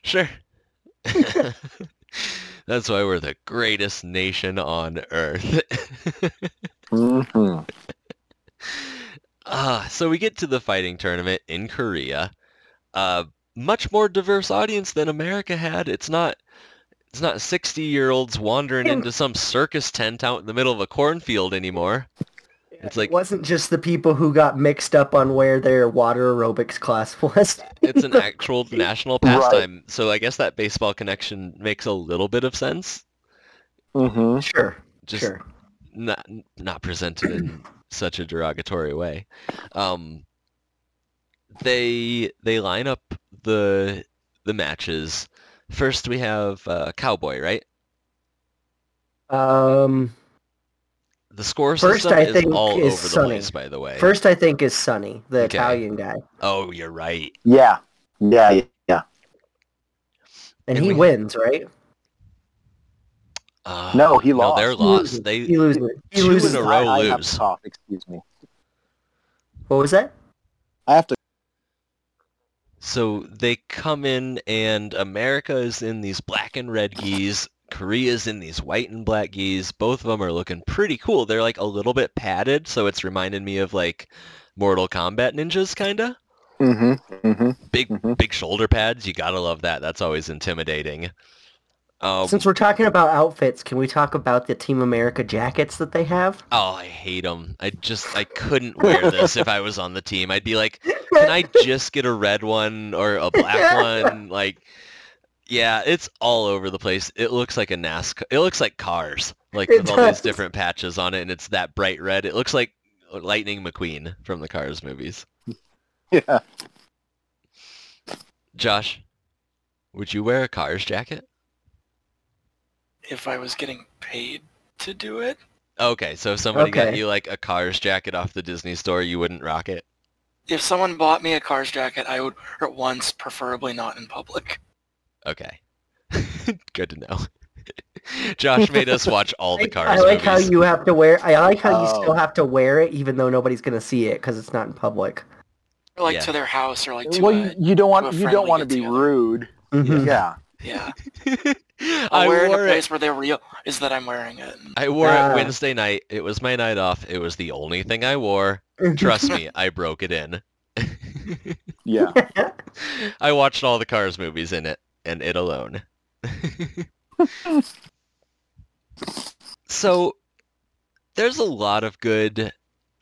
Speaker 1: sure. That's why we're the greatest nation on earth.
Speaker 4: hmm
Speaker 1: Ah, so we get to the fighting tournament in Korea. Uh, much more diverse audience than America had. It's not it's not 60-year-olds wandering into some circus tent out in the middle of a cornfield anymore. It's like
Speaker 3: it wasn't just the people who got mixed up on where their water aerobics class was.
Speaker 1: it's an actual national pastime. So I guess that baseball connection makes a little bit of sense.
Speaker 4: hmm
Speaker 3: sure.
Speaker 1: Just
Speaker 3: sure.
Speaker 1: not not presented in such a derogatory way. Um, they they line up the the matches. First, we have uh, Cowboy, right?
Speaker 3: Um,
Speaker 1: The score
Speaker 3: First,
Speaker 1: system
Speaker 3: I
Speaker 1: is
Speaker 3: think
Speaker 1: all
Speaker 3: is
Speaker 1: over the
Speaker 3: Sonny.
Speaker 1: place, by the way.
Speaker 3: first I think is Sonny, the
Speaker 1: Okay.
Speaker 3: Italian guy,
Speaker 1: oh, you're right.
Speaker 4: Yeah, yeah, yeah.
Speaker 1: And
Speaker 3: and, he
Speaker 1: we-
Speaker 3: wins, right?
Speaker 1: Uh,
Speaker 4: No, he
Speaker 1: No, they're
Speaker 4: lost.
Speaker 3: He loses.
Speaker 1: lost. They
Speaker 3: He loses. He
Speaker 1: two in
Speaker 3: loses.
Speaker 1: a row
Speaker 4: I, I have
Speaker 1: lose.
Speaker 4: to cough. Excuse me.
Speaker 3: What was that?
Speaker 4: I have to.
Speaker 1: So they come in and America is in these black and red geese. Korea's in these white and black geese. Both of them are looking pretty cool. They're like a little bit padded, so it's reminding me of like Mortal Kombat ninjas kinda.
Speaker 4: Mm-hmm. Mm-hmm.
Speaker 1: Big
Speaker 4: Mhm.
Speaker 1: big shoulder pads. You gotta love that. That's always intimidating. Um,
Speaker 3: Since we're talking about outfits, can we talk about the Team America jackets that they have?
Speaker 1: oh, I hate them. I just I couldn't wear this if I was on the team. I'd be like, can I just get a red one or a black one? Like, yeah, it's all over the place. It looks like a NASCAR. It looks like cars, like
Speaker 3: It
Speaker 1: with all these
Speaker 3: does.
Speaker 1: different patches on it, and it's that bright red. It looks like Lightning McQueen from the Cars movies.
Speaker 4: Yeah.
Speaker 1: Josh, would you wear a Cars jacket?
Speaker 2: If I was getting paid to do it,
Speaker 1: Okay, so if somebody got
Speaker 3: Okay.
Speaker 1: you like a Cars jacket off the Disney store, you wouldn't rock it.
Speaker 2: if someone bought me a car's jacket, I would wear it once, preferably not in public.
Speaker 1: Okay, good to know. Josh made us watch all the
Speaker 3: I,
Speaker 1: Cars
Speaker 3: I
Speaker 1: movies.
Speaker 3: like how you have to wear. I like how
Speaker 4: Oh.
Speaker 3: you still have to wear it, even though nobody's gonna see it because it's not in public.
Speaker 2: Or like
Speaker 1: Yeah.
Speaker 2: to their house or like to
Speaker 4: well,
Speaker 2: a,
Speaker 4: you, you don't
Speaker 2: to
Speaker 4: want
Speaker 2: a
Speaker 4: you don't
Speaker 2: friendly
Speaker 4: want to be
Speaker 2: get-together.
Speaker 4: rude.
Speaker 3: Mhm.
Speaker 4: Yeah.
Speaker 2: yeah.
Speaker 1: I
Speaker 2: I'll wear it in a
Speaker 1: wore it.
Speaker 2: place where they realize that I'm wearing it.
Speaker 1: I wore it
Speaker 3: Ah.
Speaker 1: Wednesday night. It was my night off. It was the only thing I wore.
Speaker 3: Mm-hmm.
Speaker 1: Trust me, I broke it in.
Speaker 4: Yeah.
Speaker 1: I watched all the Cars movies in it, and it alone. so, there's a lot of good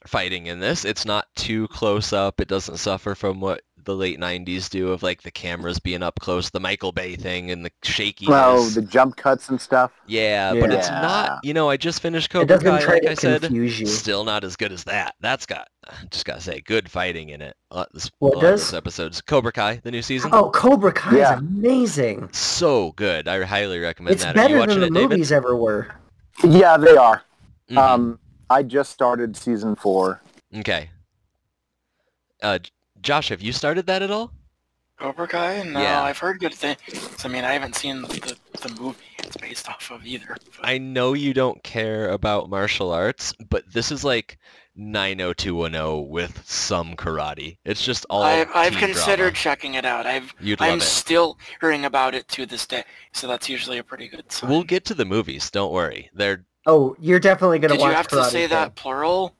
Speaker 1: fighting in this. It's not too close up. It doesn't suffer from what the late 90s do of like the cameras being up close, the Michael Bay thing and the shakiness.
Speaker 4: Well, the jump cuts and stuff.
Speaker 1: yeah, but it's
Speaker 4: Yeah.
Speaker 1: not, you know, I just finished
Speaker 3: It
Speaker 1: Cobra
Speaker 3: doesn't
Speaker 1: Kai,
Speaker 3: try
Speaker 1: like
Speaker 3: to
Speaker 1: I said.
Speaker 3: confuse you.
Speaker 1: Still not as good as that. That's got just gotta say, good fighting in it. A lot, this, a
Speaker 3: What
Speaker 1: lot of
Speaker 3: does-
Speaker 1: those episodes. Cobra Kai, the new season,
Speaker 3: Oh, Cobra Kai
Speaker 4: Yeah.
Speaker 3: is amazing.
Speaker 1: so good. I highly recommend
Speaker 3: It's
Speaker 1: that. Are you
Speaker 3: better
Speaker 1: watching
Speaker 3: than the
Speaker 1: it, David?
Speaker 3: movies ever were.
Speaker 4: Yeah, they are.
Speaker 1: Mhm.
Speaker 4: Um, I just started season four.
Speaker 1: okay. Uh, J- Josh, have you started that at all?
Speaker 2: Cobra Kai? No,
Speaker 1: Yeah.
Speaker 2: I've heard good things. I mean, I haven't seen the, the movie it's based off of either. but-
Speaker 1: I know you don't care about martial arts, but this is like 90210 with some karate. It's just all
Speaker 2: I've, I've
Speaker 1: teen
Speaker 2: considered
Speaker 1: drama.
Speaker 2: checking it out. I've
Speaker 1: You'd love
Speaker 2: I'm
Speaker 1: it.
Speaker 2: still hearing about it to this day, so that's usually a pretty good sign.
Speaker 1: We'll get to the movies. Don't worry. They're
Speaker 3: Oh, you're definitely gonna
Speaker 2: Did you
Speaker 3: watch.
Speaker 2: have to
Speaker 3: Karate
Speaker 2: say
Speaker 3: Kid.
Speaker 2: that plural?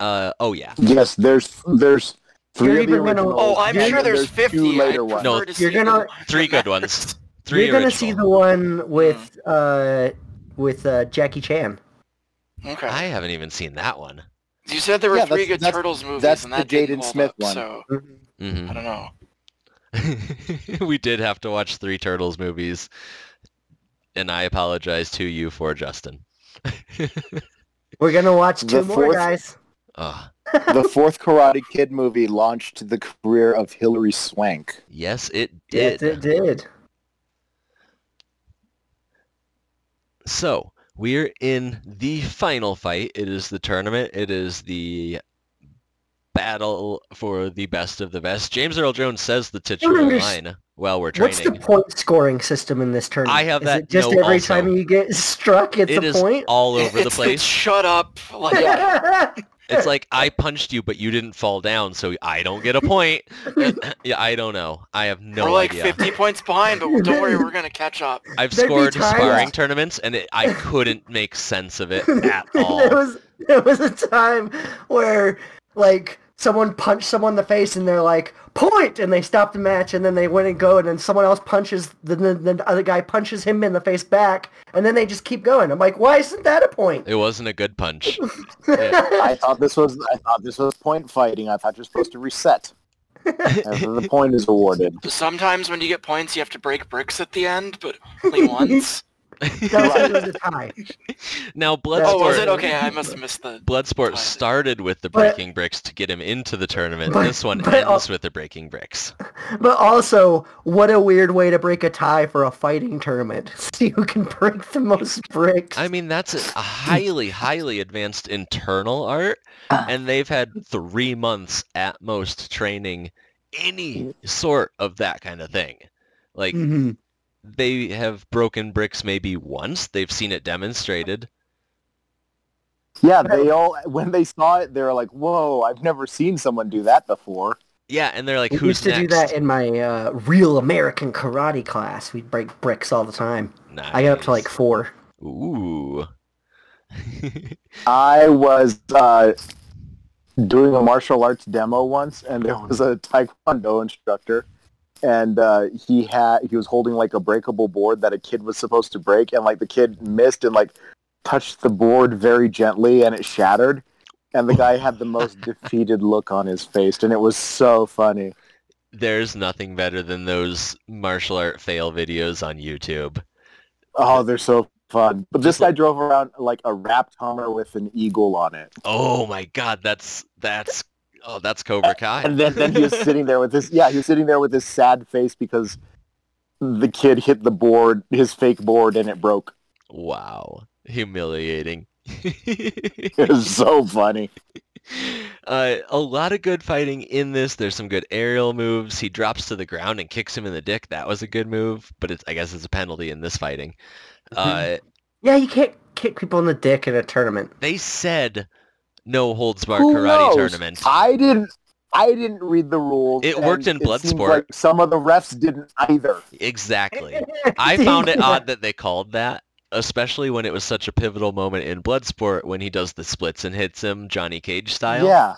Speaker 1: uh oh yeah.
Speaker 4: Yes, there's there's 3
Speaker 3: You're
Speaker 4: of the
Speaker 3: even gonna-
Speaker 4: originals,
Speaker 2: Oh, I'm
Speaker 3: Yeah,
Speaker 2: sure
Speaker 4: and
Speaker 2: there's, 50.
Speaker 4: two
Speaker 2: I
Speaker 4: later
Speaker 2: prefer
Speaker 4: ones.
Speaker 1: No,
Speaker 2: to
Speaker 3: You're
Speaker 2: see
Speaker 3: gonna-
Speaker 2: the ones
Speaker 1: Three
Speaker 2: that
Speaker 1: good ones. Three
Speaker 3: You're gonna see the
Speaker 1: original.
Speaker 3: one with
Speaker 2: Hmm.
Speaker 3: uh with uh Jackie Chan.
Speaker 2: matter. Okay.
Speaker 1: I haven't even seen that one.
Speaker 2: You said there were
Speaker 4: Yeah,
Speaker 2: three
Speaker 4: that's-
Speaker 2: good
Speaker 4: that's-
Speaker 2: Turtles movies,
Speaker 4: that's
Speaker 2: and
Speaker 4: the
Speaker 2: that didn't
Speaker 4: Jaden
Speaker 2: hold
Speaker 4: Smith
Speaker 2: up,
Speaker 4: one.
Speaker 2: So
Speaker 1: hmm
Speaker 2: I don't know.
Speaker 1: we did have to watch three Turtles movies, and I apologize to you for Justin.
Speaker 3: We're gonna watch two
Speaker 4: The
Speaker 3: more
Speaker 4: fourth-
Speaker 3: guys.
Speaker 1: Ah,
Speaker 4: the fourth Karate Kid movie launched the career of Hilary Swank.
Speaker 1: yes, it did.
Speaker 3: Yes, it did.
Speaker 1: So we're in the final fight. It is the tournament. It is the battle for the best of the best. James Earl Jones says the titular
Speaker 3: underst-
Speaker 1: line while we're
Speaker 3: What's
Speaker 1: training.
Speaker 3: the point scoring system in this tournament?
Speaker 1: I have
Speaker 3: Is
Speaker 1: that
Speaker 3: It just
Speaker 1: note
Speaker 3: every
Speaker 1: also.
Speaker 3: time you get struck, it's
Speaker 1: it
Speaker 3: a
Speaker 1: is
Speaker 3: point.
Speaker 1: all over the
Speaker 2: It's
Speaker 1: place.
Speaker 2: shut up. Like,
Speaker 1: It's like I punched you, but you didn't fall down, so I don't get a point. yeah, I don't know. I have no
Speaker 2: we're like
Speaker 1: idea.
Speaker 2: 50 points behind, but don't worry, we're gonna catch up.
Speaker 1: I've
Speaker 3: There'd be
Speaker 1: scored
Speaker 3: times-
Speaker 1: sparring tournaments, and it, I couldn't make sense of it at all.
Speaker 3: there was there was a time where like someone punched someone in the face and they're like point and they stop the match and then they win and go and then someone else punches the, the, the other guy punches him in the face back and then they just keep going i'm like why isn't that a point
Speaker 1: It wasn't a good punch.
Speaker 4: I thought this was I thought this was point fighting. I thought you're supposed to reset. After the point is awarded.
Speaker 2: Sometimes when you get points, you have to break bricks at the end, but only once.
Speaker 3: that's it was a tie
Speaker 1: Now,
Speaker 2: oh, was
Speaker 1: Bloodsport,
Speaker 2: it okay? I must have missed the.
Speaker 1: Bloodsport
Speaker 2: Tied.
Speaker 1: started with the
Speaker 3: But-
Speaker 1: breaking bricks to get him into the tournament.
Speaker 3: But-
Speaker 1: this one
Speaker 3: but uh,
Speaker 1: ends
Speaker 3: al-
Speaker 1: with the breaking bricks.
Speaker 3: but also what a weird way to break a tie for a fighting tournament see who can break the most bricks
Speaker 1: I mean, that's a, a highly, highly advanced internal art,
Speaker 3: Uh.
Speaker 1: and they've had three months at most training any sort of that kind of thing. Like,
Speaker 3: Mhm.
Speaker 1: they have broken bricks maybe once. They've seen it demonstrated.
Speaker 4: Yeah, they all when they saw it, they were like, "Whoa, I've never seen someone do that before."
Speaker 1: Yeah, and they're like,
Speaker 3: We
Speaker 1: who's
Speaker 3: used to
Speaker 1: next?
Speaker 3: do that in my uh, real American karate class. We'd break bricks all the time. I got up to like
Speaker 1: Nice.
Speaker 3: four.
Speaker 1: Ooh.
Speaker 4: I was uh, doing a martial arts demo once, and there was a taekwondo instructor, and uh, he had he was holding like a breakable board that a kid was supposed to break, and like the kid missed and like touched the board very gently, and it shattered. And the guy had the most defeated look on his face, and it was so funny.
Speaker 1: There's nothing better than those martial art fail videos on YouTube.
Speaker 4: Oh, they're so fun. But this guy drove around like a wrapped Hummer with an eagle on it.
Speaker 1: Oh my god, that's that's oh that's Cobra Kai.
Speaker 4: And then, then he was sitting there with his yeah, he was sitting there with his sad face because the kid hit the board, his fake board, and it broke.
Speaker 1: Wow, humiliating.
Speaker 4: It was so funny.
Speaker 1: uh, a lot of good fighting in this. There's some good aerial moves. He drops to the ground and kicks him in the dick. That was a good move, but it's, I guess it's a penalty in this fighting.
Speaker 4: Mm-hmm.
Speaker 1: Uh,
Speaker 3: Yeah, you can't kick people in the dick in a tournament.
Speaker 1: they said no holds barred
Speaker 4: Who
Speaker 1: karate
Speaker 4: knows?
Speaker 1: tournament.
Speaker 4: I didn't I didn't read the rules.
Speaker 1: It
Speaker 4: and
Speaker 1: worked in
Speaker 4: it seems
Speaker 1: Bloodsport.
Speaker 4: Like some of the refs didn't either.
Speaker 1: Exactly. I found it odd that they called that, especially when it was such a pivotal moment in Bloodsport when he does the splits and hits him Johnny Cage style.
Speaker 4: Yeah.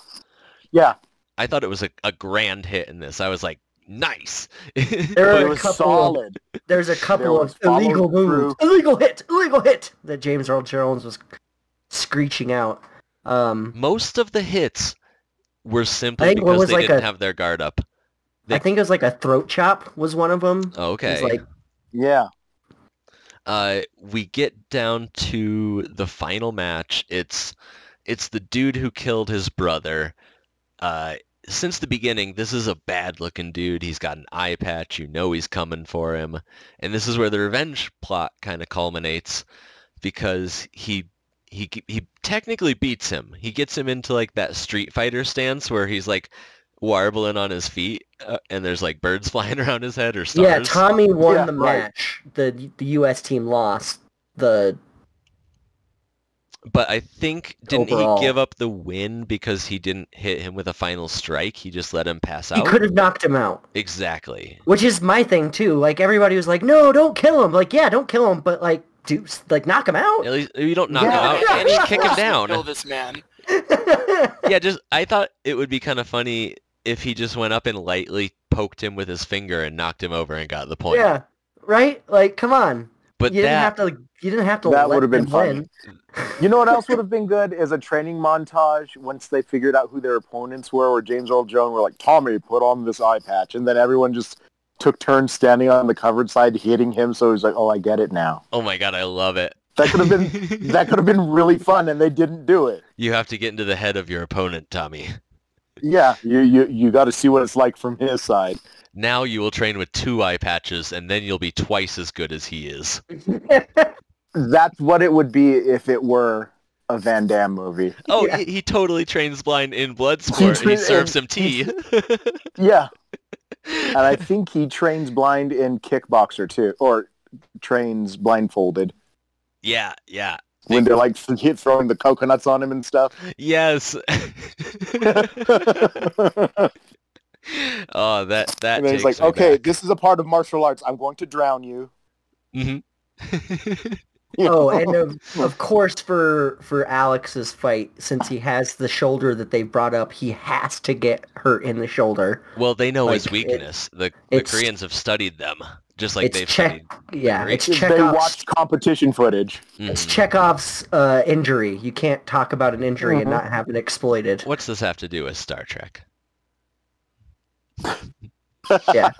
Speaker 4: Yeah.
Speaker 1: I thought it was a, a grand hit in this. I was like, nice.
Speaker 3: There
Speaker 4: But
Speaker 3: were
Speaker 4: it
Speaker 3: a
Speaker 4: was
Speaker 3: couple Of,
Speaker 4: solid.
Speaker 3: there's a couple
Speaker 4: There
Speaker 3: of
Speaker 4: was
Speaker 3: illegal
Speaker 4: follow-through.
Speaker 3: moves, illegal hit, illegal hit that James Earl Jones was screeching out. Um,
Speaker 1: Most of the hits were
Speaker 3: I
Speaker 1: simply
Speaker 3: think what
Speaker 1: because
Speaker 3: was
Speaker 1: they
Speaker 3: like
Speaker 1: didn't
Speaker 3: a-
Speaker 1: have their guard up.
Speaker 3: I think it was like a throat chop was one of them. It
Speaker 1: Okay.
Speaker 3: was like
Speaker 4: Yeah.
Speaker 1: uh, we get down to the final match. It's it's the dude who killed his brother. Uh, since the beginning, this is a bad-looking dude. He's got an eye patch. You know he's coming for him, and this is where the revenge plot kind of culminates because he. He, he technically beats him. He gets him into like that Street Fighter stance where he's like warbling on his feet, uh, and there's like birds flying around his head or stars.
Speaker 3: yeah, Tommy won
Speaker 4: Yeah,
Speaker 3: the
Speaker 4: right.
Speaker 3: match. The the U.S. team lost the
Speaker 1: But I think didn't
Speaker 3: Overall.
Speaker 1: he give up the win because he didn't hit him with a final strike? He just let him pass
Speaker 3: He
Speaker 1: out.
Speaker 3: could have knocked him out,
Speaker 1: Exactly.
Speaker 3: which is my thing too. Like everybody was like, "No, don't kill him." Like, yeah, don't kill him, but like, do like knock him out.
Speaker 1: At least you don't knock
Speaker 3: Yeah.
Speaker 1: him out and you kick him
Speaker 2: Just
Speaker 1: down.
Speaker 2: Kill this man.
Speaker 1: yeah, just I thought it would be kind of funny if he just went up and lightly poked him with his finger and knocked him over and got the point.
Speaker 3: yeah, right. Like, come on.
Speaker 1: but
Speaker 3: you didn't have
Speaker 1: that
Speaker 3: to. You didn't have to.
Speaker 4: That
Speaker 3: let
Speaker 4: would've been
Speaker 3: them
Speaker 4: fun.
Speaker 3: win.
Speaker 4: You know what else would have been good is a training montage once they figured out who their opponents were, where James Earl Jones were like, Tommy, put on this eye patch. And then everyone just took turns standing on the covered side hitting him. So he's like, oh, I get it now.
Speaker 1: oh my god, I love it.
Speaker 4: That could have been that could have been really fun. And they didn't do it.
Speaker 1: you have to get into the head of your opponent, Tommy.
Speaker 4: Yeah, you, you, you got to see what it's like from his side.
Speaker 1: Now you will train with two eye patches and then you'll be twice as good as he is.
Speaker 4: That's what it would be if it were a Van Damme movie.
Speaker 1: Oh,
Speaker 3: Yeah.
Speaker 1: he, he totally trains blind in Bloodsport and he
Speaker 4: train-
Speaker 1: serves him tea.
Speaker 4: Yeah. And I think he trains blind in Kickboxer too, or trains blindfolded.
Speaker 1: yeah, yeah.
Speaker 4: when they're like th- throwing the coconuts on him and stuff.
Speaker 1: Yes. oh, that that
Speaker 4: and then he's
Speaker 1: takes
Speaker 4: like,
Speaker 1: me
Speaker 4: "Okay,
Speaker 1: back.
Speaker 4: this is a part of martial arts. I'm going to drown you."
Speaker 1: Mhm.
Speaker 4: You
Speaker 3: oh,
Speaker 4: know?
Speaker 3: and of, of course for for Alex's fight, since he has the shoulder that they brought up, he has to get hurt in the shoulder.
Speaker 1: well, they know his
Speaker 3: Like, it-
Speaker 1: weakness. the the
Speaker 3: it's-
Speaker 1: Koreans have studied them, just like
Speaker 3: it's
Speaker 1: they've
Speaker 3: check. Yeah,
Speaker 1: Great.
Speaker 3: it's
Speaker 4: they
Speaker 3: Chekhov's.
Speaker 4: watched competition footage.
Speaker 1: studied.
Speaker 3: It's
Speaker 1: Mhm.
Speaker 3: Chekhov's uh, injury. You can't talk about an injury
Speaker 4: Mm-hmm.
Speaker 3: and not have it exploited.
Speaker 1: What's this have to do with Star Trek?
Speaker 3: Yeah.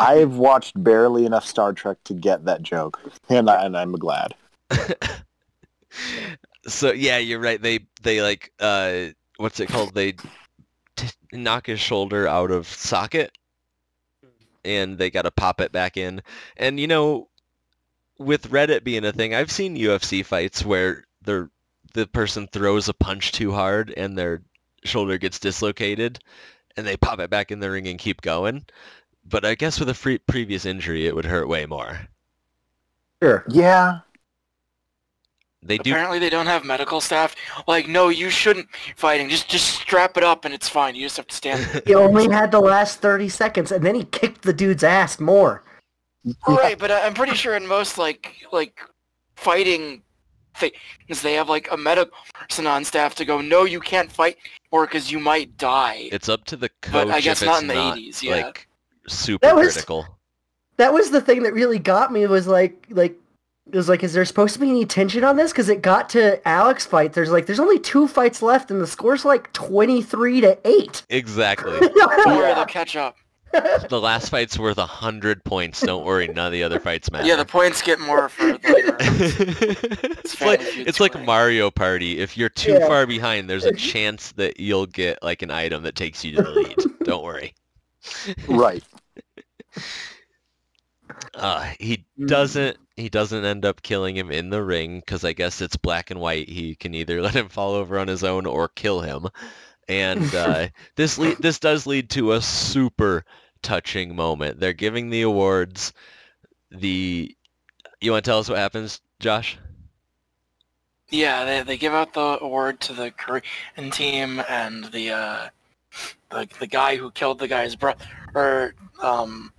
Speaker 4: I've watched barely enough Star Trek to get that joke, and, I, and I'm glad.
Speaker 1: so yeah, you're right. They they like uh, what's it called? They t- knock his shoulder out of socket, and they got to pop it back in. And you know, with Reddit being a thing, I've seen UFC fights where the the person throws a punch too hard and their shoulder gets dislocated, and they pop it back in the ring and keep going. But I guess with a free- previous injury, it would hurt way more.
Speaker 3: Sure.
Speaker 4: Yeah,
Speaker 1: They do
Speaker 2: Apparently they don't have medical staff. Like, no, you shouldn't be fighting. Just just strap it up and it's fine. You just have to stand there.
Speaker 3: He only had the last 30 seconds, and then he kicked the dude's ass more.
Speaker 2: All right, but I- I'm pretty sure in most like like fighting things they have like a medical person on staff to go, no, you can't fight or because you might die.
Speaker 1: It's up to the coach.
Speaker 2: But I guess
Speaker 1: if
Speaker 2: not
Speaker 1: it's
Speaker 2: in the
Speaker 1: not,
Speaker 2: 80s, yeah.
Speaker 1: Like super
Speaker 3: That was-
Speaker 1: critical.
Speaker 3: That was the thing that really got me was like, like, it was like, is there supposed to be any tension on this? Because it got to Alex fight. There's like, there's only two fights left, and the score's like 23 to 8.
Speaker 1: Exactly.
Speaker 2: Don't worry, they'll catch up.
Speaker 1: the last fight's worth a hundred points. Don't worry, none of the other fights matter.
Speaker 2: Yeah, the points get more for later.
Speaker 1: it's
Speaker 2: fine
Speaker 1: like
Speaker 2: if you
Speaker 1: it's like
Speaker 2: try.
Speaker 1: Mario Party. If you're too
Speaker 3: Yeah.
Speaker 1: far behind, there's a chance that you'll get like an item that takes you to the lead. Don't worry.
Speaker 4: right.
Speaker 1: Uh, he
Speaker 3: Mm.
Speaker 1: doesn't. He doesn't end up killing him in the ring because I guess it's black and white. He can either let him fall over on his own or kill him. And uh, this le- this does lead to a super touching moment. They're giving the awards. The you want to tell us what happens, Josh?
Speaker 2: Yeah, they, they give out the award to the Korean team and the uh, the the guy who killed the guy's brother. Or um,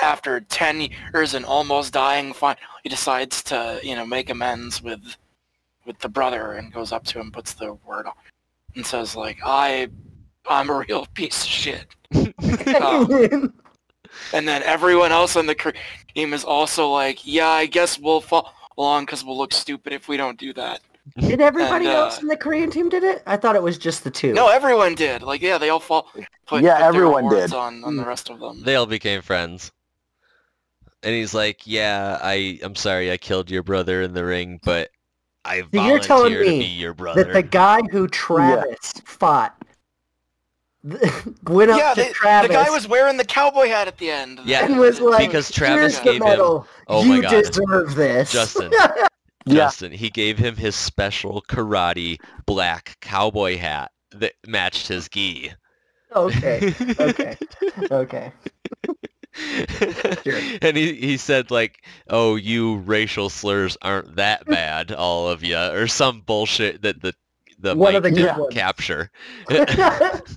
Speaker 2: after ten years and almost dying, finally decides to you know make amends with with the brother and goes up to him, puts the word on, and says like I I'm a real piece of shit. And then everyone else on the cr- team is also like, yeah, I guess we'll follow along because we'll look stupid if we don't do that.
Speaker 3: Did everybody
Speaker 2: And, uh,
Speaker 3: else in the Korean team did it? I thought it was just the two.
Speaker 2: No, everyone did. Like, yeah, they all fall. Put,
Speaker 4: Yeah,
Speaker 2: put their
Speaker 4: everyone
Speaker 2: awards
Speaker 4: did.
Speaker 2: On, on the rest of them.
Speaker 1: They all became friends. And he's like, "Yeah, I I'm sorry I killed your brother in the ring, but I
Speaker 3: So
Speaker 1: volunteered
Speaker 3: you're telling
Speaker 1: to
Speaker 3: me
Speaker 1: be your brother."
Speaker 3: that the guy who Travis fought went up
Speaker 2: yeah,
Speaker 3: to
Speaker 2: they,
Speaker 3: Travis
Speaker 2: the guy was wearing the cowboy hat at the end.
Speaker 1: Yeah.
Speaker 3: and was like,
Speaker 1: because Travis
Speaker 3: "Here's
Speaker 1: gave
Speaker 3: the
Speaker 1: him-
Speaker 3: medal.
Speaker 1: Oh
Speaker 3: you
Speaker 1: my God.
Speaker 3: deserve this."
Speaker 1: Justin,
Speaker 4: Yeah,
Speaker 1: Justin, he gave him his special karate black cowboy hat that matched his gi.
Speaker 3: okay, okay, okay. Sure.
Speaker 1: and he, he said like, "Oh, you racial slurs aren't that bad, all of you," or some bullshit that the the
Speaker 3: One of
Speaker 1: mic
Speaker 3: the good
Speaker 1: didn't
Speaker 3: ones.
Speaker 1: capture.
Speaker 3: it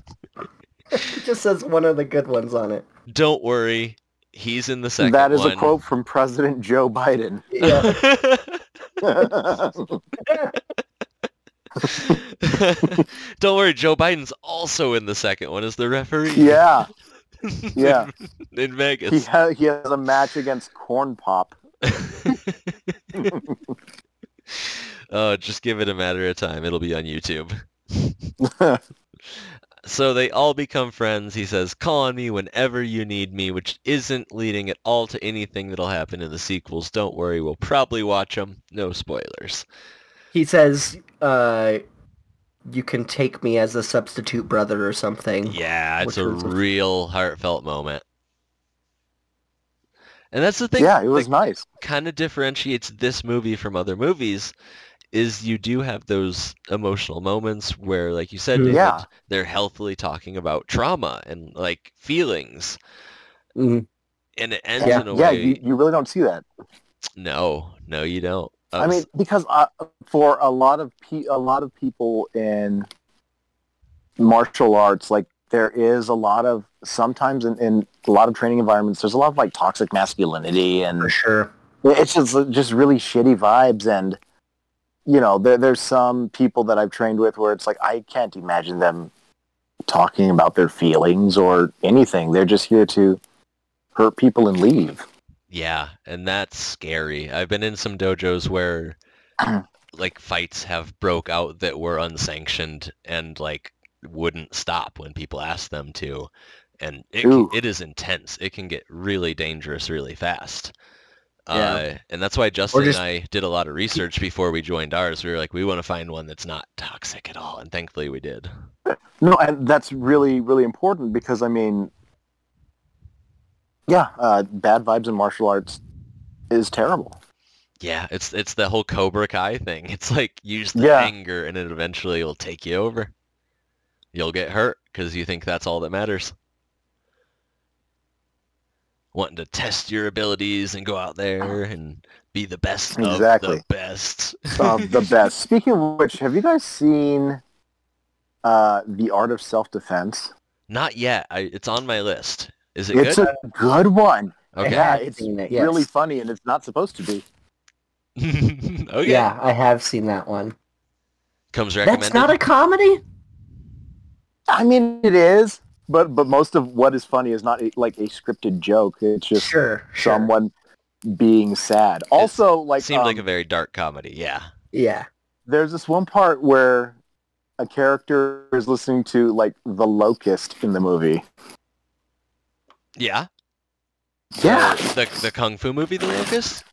Speaker 3: just says one of the good ones on it.
Speaker 1: Don't worry, he's in the second
Speaker 4: that is
Speaker 1: one.
Speaker 4: a quote from President Joe Biden.
Speaker 3: Yeah.
Speaker 1: Don't worry, Joe Biden's also in the second one as the referee
Speaker 4: yeah, yeah.
Speaker 1: in
Speaker 4: He,
Speaker 1: Vegas.
Speaker 4: ha- he has a match against Corn Pop.
Speaker 1: Uh, just give it a matter of time. It'll be on YouTube. so they all become friends. He says, call on me whenever you need me, which isn't leading at all to anything that'll happen in the sequels. Don't worry, we'll probably watch them. No spoilers.
Speaker 3: He says, uh, you can take me as a substitute brother or something.
Speaker 1: Yeah, it's
Speaker 3: Which
Speaker 1: a
Speaker 3: was a-
Speaker 1: real heartfelt moment. And that's the thing.
Speaker 4: Yeah, it was
Speaker 1: that-
Speaker 4: nice.
Speaker 1: kind of differentiates this movie from other movies is you do have those emotional moments where like you said
Speaker 3: Mm.
Speaker 1: David,
Speaker 4: Yeah.
Speaker 1: they're healthily talking about trauma and like feelings
Speaker 3: Mm.
Speaker 1: and it ends
Speaker 4: Mm-hmm. Yeah,
Speaker 1: in a
Speaker 4: yeah.
Speaker 1: way
Speaker 4: You, you really don't see that.
Speaker 1: no no you don't
Speaker 4: I mean,
Speaker 1: Us-
Speaker 4: because uh, for a lot of pe- a lot of people in martial arts, like there is a lot of sometimes in, in a lot of training environments, there's a lot of like toxic masculinity, and
Speaker 3: For sure.
Speaker 4: it's just just really shitty vibes. And you know, there, there's some people that I've trained with where it's like I can't imagine them talking about their feelings or anything. They're just here to hurt people and leave.
Speaker 1: yeah and that's scary i've been in some dojos where like fights have broke out that were unsanctioned and like wouldn't stop when people asked them to and it, can-
Speaker 4: Ooh.
Speaker 1: it is intense it can get really dangerous really fast uh,
Speaker 4: Yeah.
Speaker 1: and that's why justin
Speaker 3: just-
Speaker 1: and i did a lot of research before we joined ours we were like we want to find one that's not toxic at all and thankfully we did
Speaker 4: No, and that's really, really important because I mean, yeah, uh, bad vibes in martial arts is terrible.
Speaker 1: yeah it's it's the whole cobra kai thing it's like use the
Speaker 4: Yeah.
Speaker 1: anger and it eventually will take you over you'll get hurt because you think that's all that matters wanting to test your abilities and go out there and be the best of
Speaker 4: Exactly.
Speaker 1: the best
Speaker 4: Of Um, the best. Speaking of which, have you guys seen uh, the Art of Self Defense?
Speaker 1: not yet I, it's on my list is it
Speaker 4: It's
Speaker 1: good
Speaker 4: a good one.
Speaker 1: okay
Speaker 4: Yeah,
Speaker 3: I've
Speaker 4: it's
Speaker 3: seen it, yes.
Speaker 4: really funny, and it's not supposed to be.
Speaker 1: okay
Speaker 3: Yeah, I have seen that one.
Speaker 1: comes
Speaker 3: That's
Speaker 1: recommended
Speaker 3: not a comedy?
Speaker 4: I mean, it is, but but most of what is funny is not like a scripted joke. It's just
Speaker 3: Sure. sure.
Speaker 4: someone being sad. Also, like
Speaker 1: seemed like
Speaker 4: um,
Speaker 1: a very dark comedy yeah
Speaker 3: Yeah.
Speaker 4: there's this one part where a character is listening to like the locust in the movie.
Speaker 1: yeah the, the, the kung fu movie the locust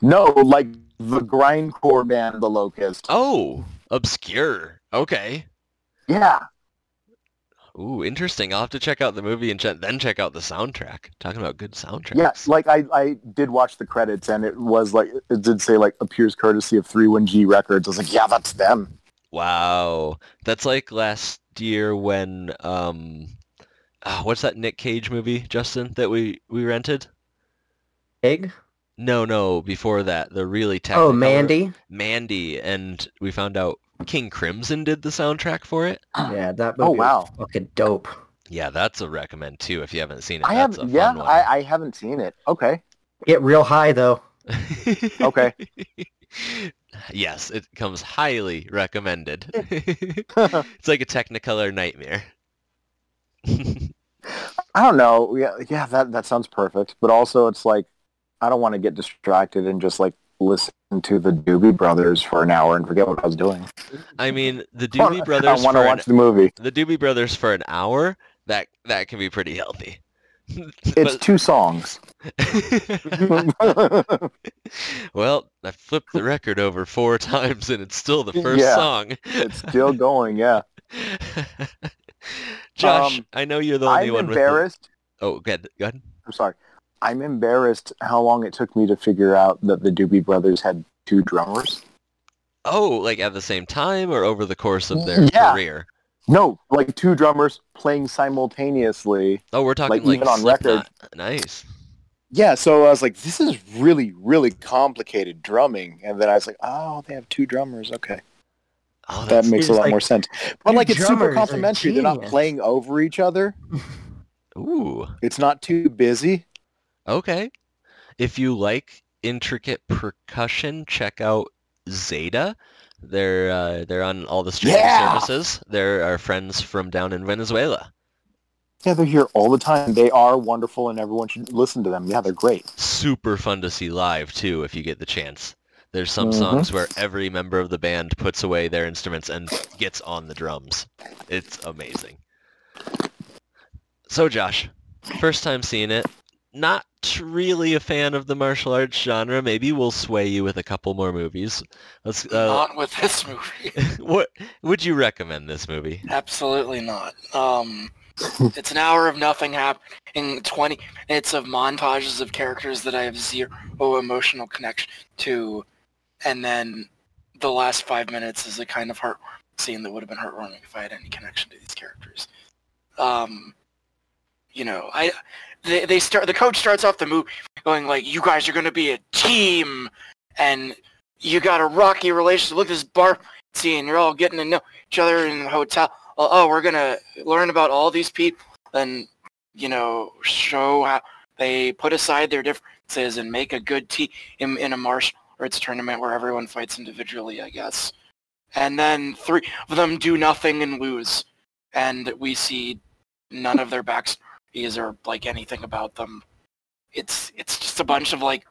Speaker 4: No, like the grindcore band, the locust.
Speaker 1: oh obscure okay
Speaker 4: Yeah.
Speaker 1: Ooh, interesting. I'll have to check out the movie and che- then check out the soundtrack. Talking about good soundtracks.
Speaker 4: Yeah. Like I, I did watch the credits and it was like, it did say like appears courtesy of 31G Records. I was like, yeah, that's them.
Speaker 1: Wow. That's like last year when um ah, what's that Nick Cage movie, Justin, that we we rented?
Speaker 3: Big?
Speaker 1: No, no, before that, the really technical
Speaker 3: Oh, Mandy?
Speaker 1: Mandy and we found out King Crimson did the soundtrack for it.
Speaker 3: Yeah, that movie
Speaker 4: Oh,
Speaker 3: was
Speaker 4: wow.
Speaker 3: fucking dope.
Speaker 1: Yeah, that's a recommend too if you haven't seen it.
Speaker 4: I
Speaker 1: that's
Speaker 4: have,
Speaker 1: a fun
Speaker 4: yeah,
Speaker 1: one.
Speaker 4: I, I haven't seen it. Okay.
Speaker 3: Get real high, though.
Speaker 4: Okay.
Speaker 1: yes, it comes highly recommended. it's like a Technicolor nightmare.
Speaker 4: I don't know. Yeah. Yeah. That, that sounds perfect. But also it's like, I don't want to get distracted and just like listen to the Doobie Brothers for an hour and forget what I was doing.
Speaker 1: I mean, the
Speaker 4: Well,
Speaker 1: Doobie Brothers
Speaker 4: I want
Speaker 1: for
Speaker 4: to
Speaker 1: an,
Speaker 4: watch the movie.
Speaker 1: the Doobie Brothers for an hour that that can be pretty healthy.
Speaker 4: It's two songs.
Speaker 1: But-
Speaker 4: yeah,
Speaker 1: well, I flipped the record over four times and it's still the first
Speaker 4: Yeah.
Speaker 1: song.
Speaker 4: it's still going. Yeah,
Speaker 1: Josh,
Speaker 4: Um,
Speaker 1: I know you're the only
Speaker 4: I'm
Speaker 1: one with the,
Speaker 4: embarrassed.
Speaker 1: Oh, good. Go ahead.
Speaker 4: I'm sorry. I'm embarrassed how long it took me to figure out that the Doobie Brothers had two drummers.
Speaker 1: Oh, like at the same time or over the course of their
Speaker 4: Yeah.
Speaker 1: career?
Speaker 4: No, like two drummers playing simultaneously.
Speaker 1: Oh, we're talking
Speaker 4: Like,
Speaker 1: like,
Speaker 4: even on
Speaker 1: Slipknot. Nice.
Speaker 4: Yeah, so I was like, this is really, really complicated drumming. And then I was like, oh, they have two drummers. Okay.
Speaker 1: Oh,
Speaker 4: That
Speaker 1: that's
Speaker 4: makes a
Speaker 3: It's
Speaker 4: lot
Speaker 3: like-
Speaker 4: more sense. But
Speaker 3: Your
Speaker 4: like, it's
Speaker 3: drummers
Speaker 4: super
Speaker 3: are
Speaker 4: complimentary. They're not
Speaker 3: genius.
Speaker 4: playing over each other.
Speaker 1: ooh.
Speaker 4: It's not too busy.
Speaker 1: Okay. If you like intricate percussion, check out Zeta. They're uh, they're on all the streaming
Speaker 4: Yeah!
Speaker 1: services. They're our friends from down in Venezuela.
Speaker 4: Yeah, they're here all the time. They are wonderful, and everyone should listen to them. Yeah, they're great.
Speaker 1: Super fun to see live too, if you get the chance. There's some
Speaker 4: Mhm.
Speaker 1: songs where every member of the band puts away their instruments and gets on the drums. It's amazing. So Josh, first time seeing it, not really a fan of the martial arts genre. Maybe we'll sway you with a couple more movies. Let's uh,
Speaker 2: Not with this movie.
Speaker 1: what would you recommend this movie?
Speaker 2: Absolutely not. Um, it's an hour of nothing happening. Twenty minutes of montages of characters that I have zero emotional connection to, and then the last five minutes is a kind of heart scene that would have been heartwarming if I had any connection to these characters. Um, you know, I they, they start the coach starts off the movie going like, "You guys are going to be a team," and you got a rocky relationship. Look at this bar scene. You're all getting to know each other in the hotel. Oh, oh, we're gonna learn about all these people and you know show how they put aside their differences and make a good team in, in a martial arts tournament where everyone fights individually, I guess. And then three of them do nothing and lose, and we see none of their backstories or like anything about them. It's it's just a bunch of like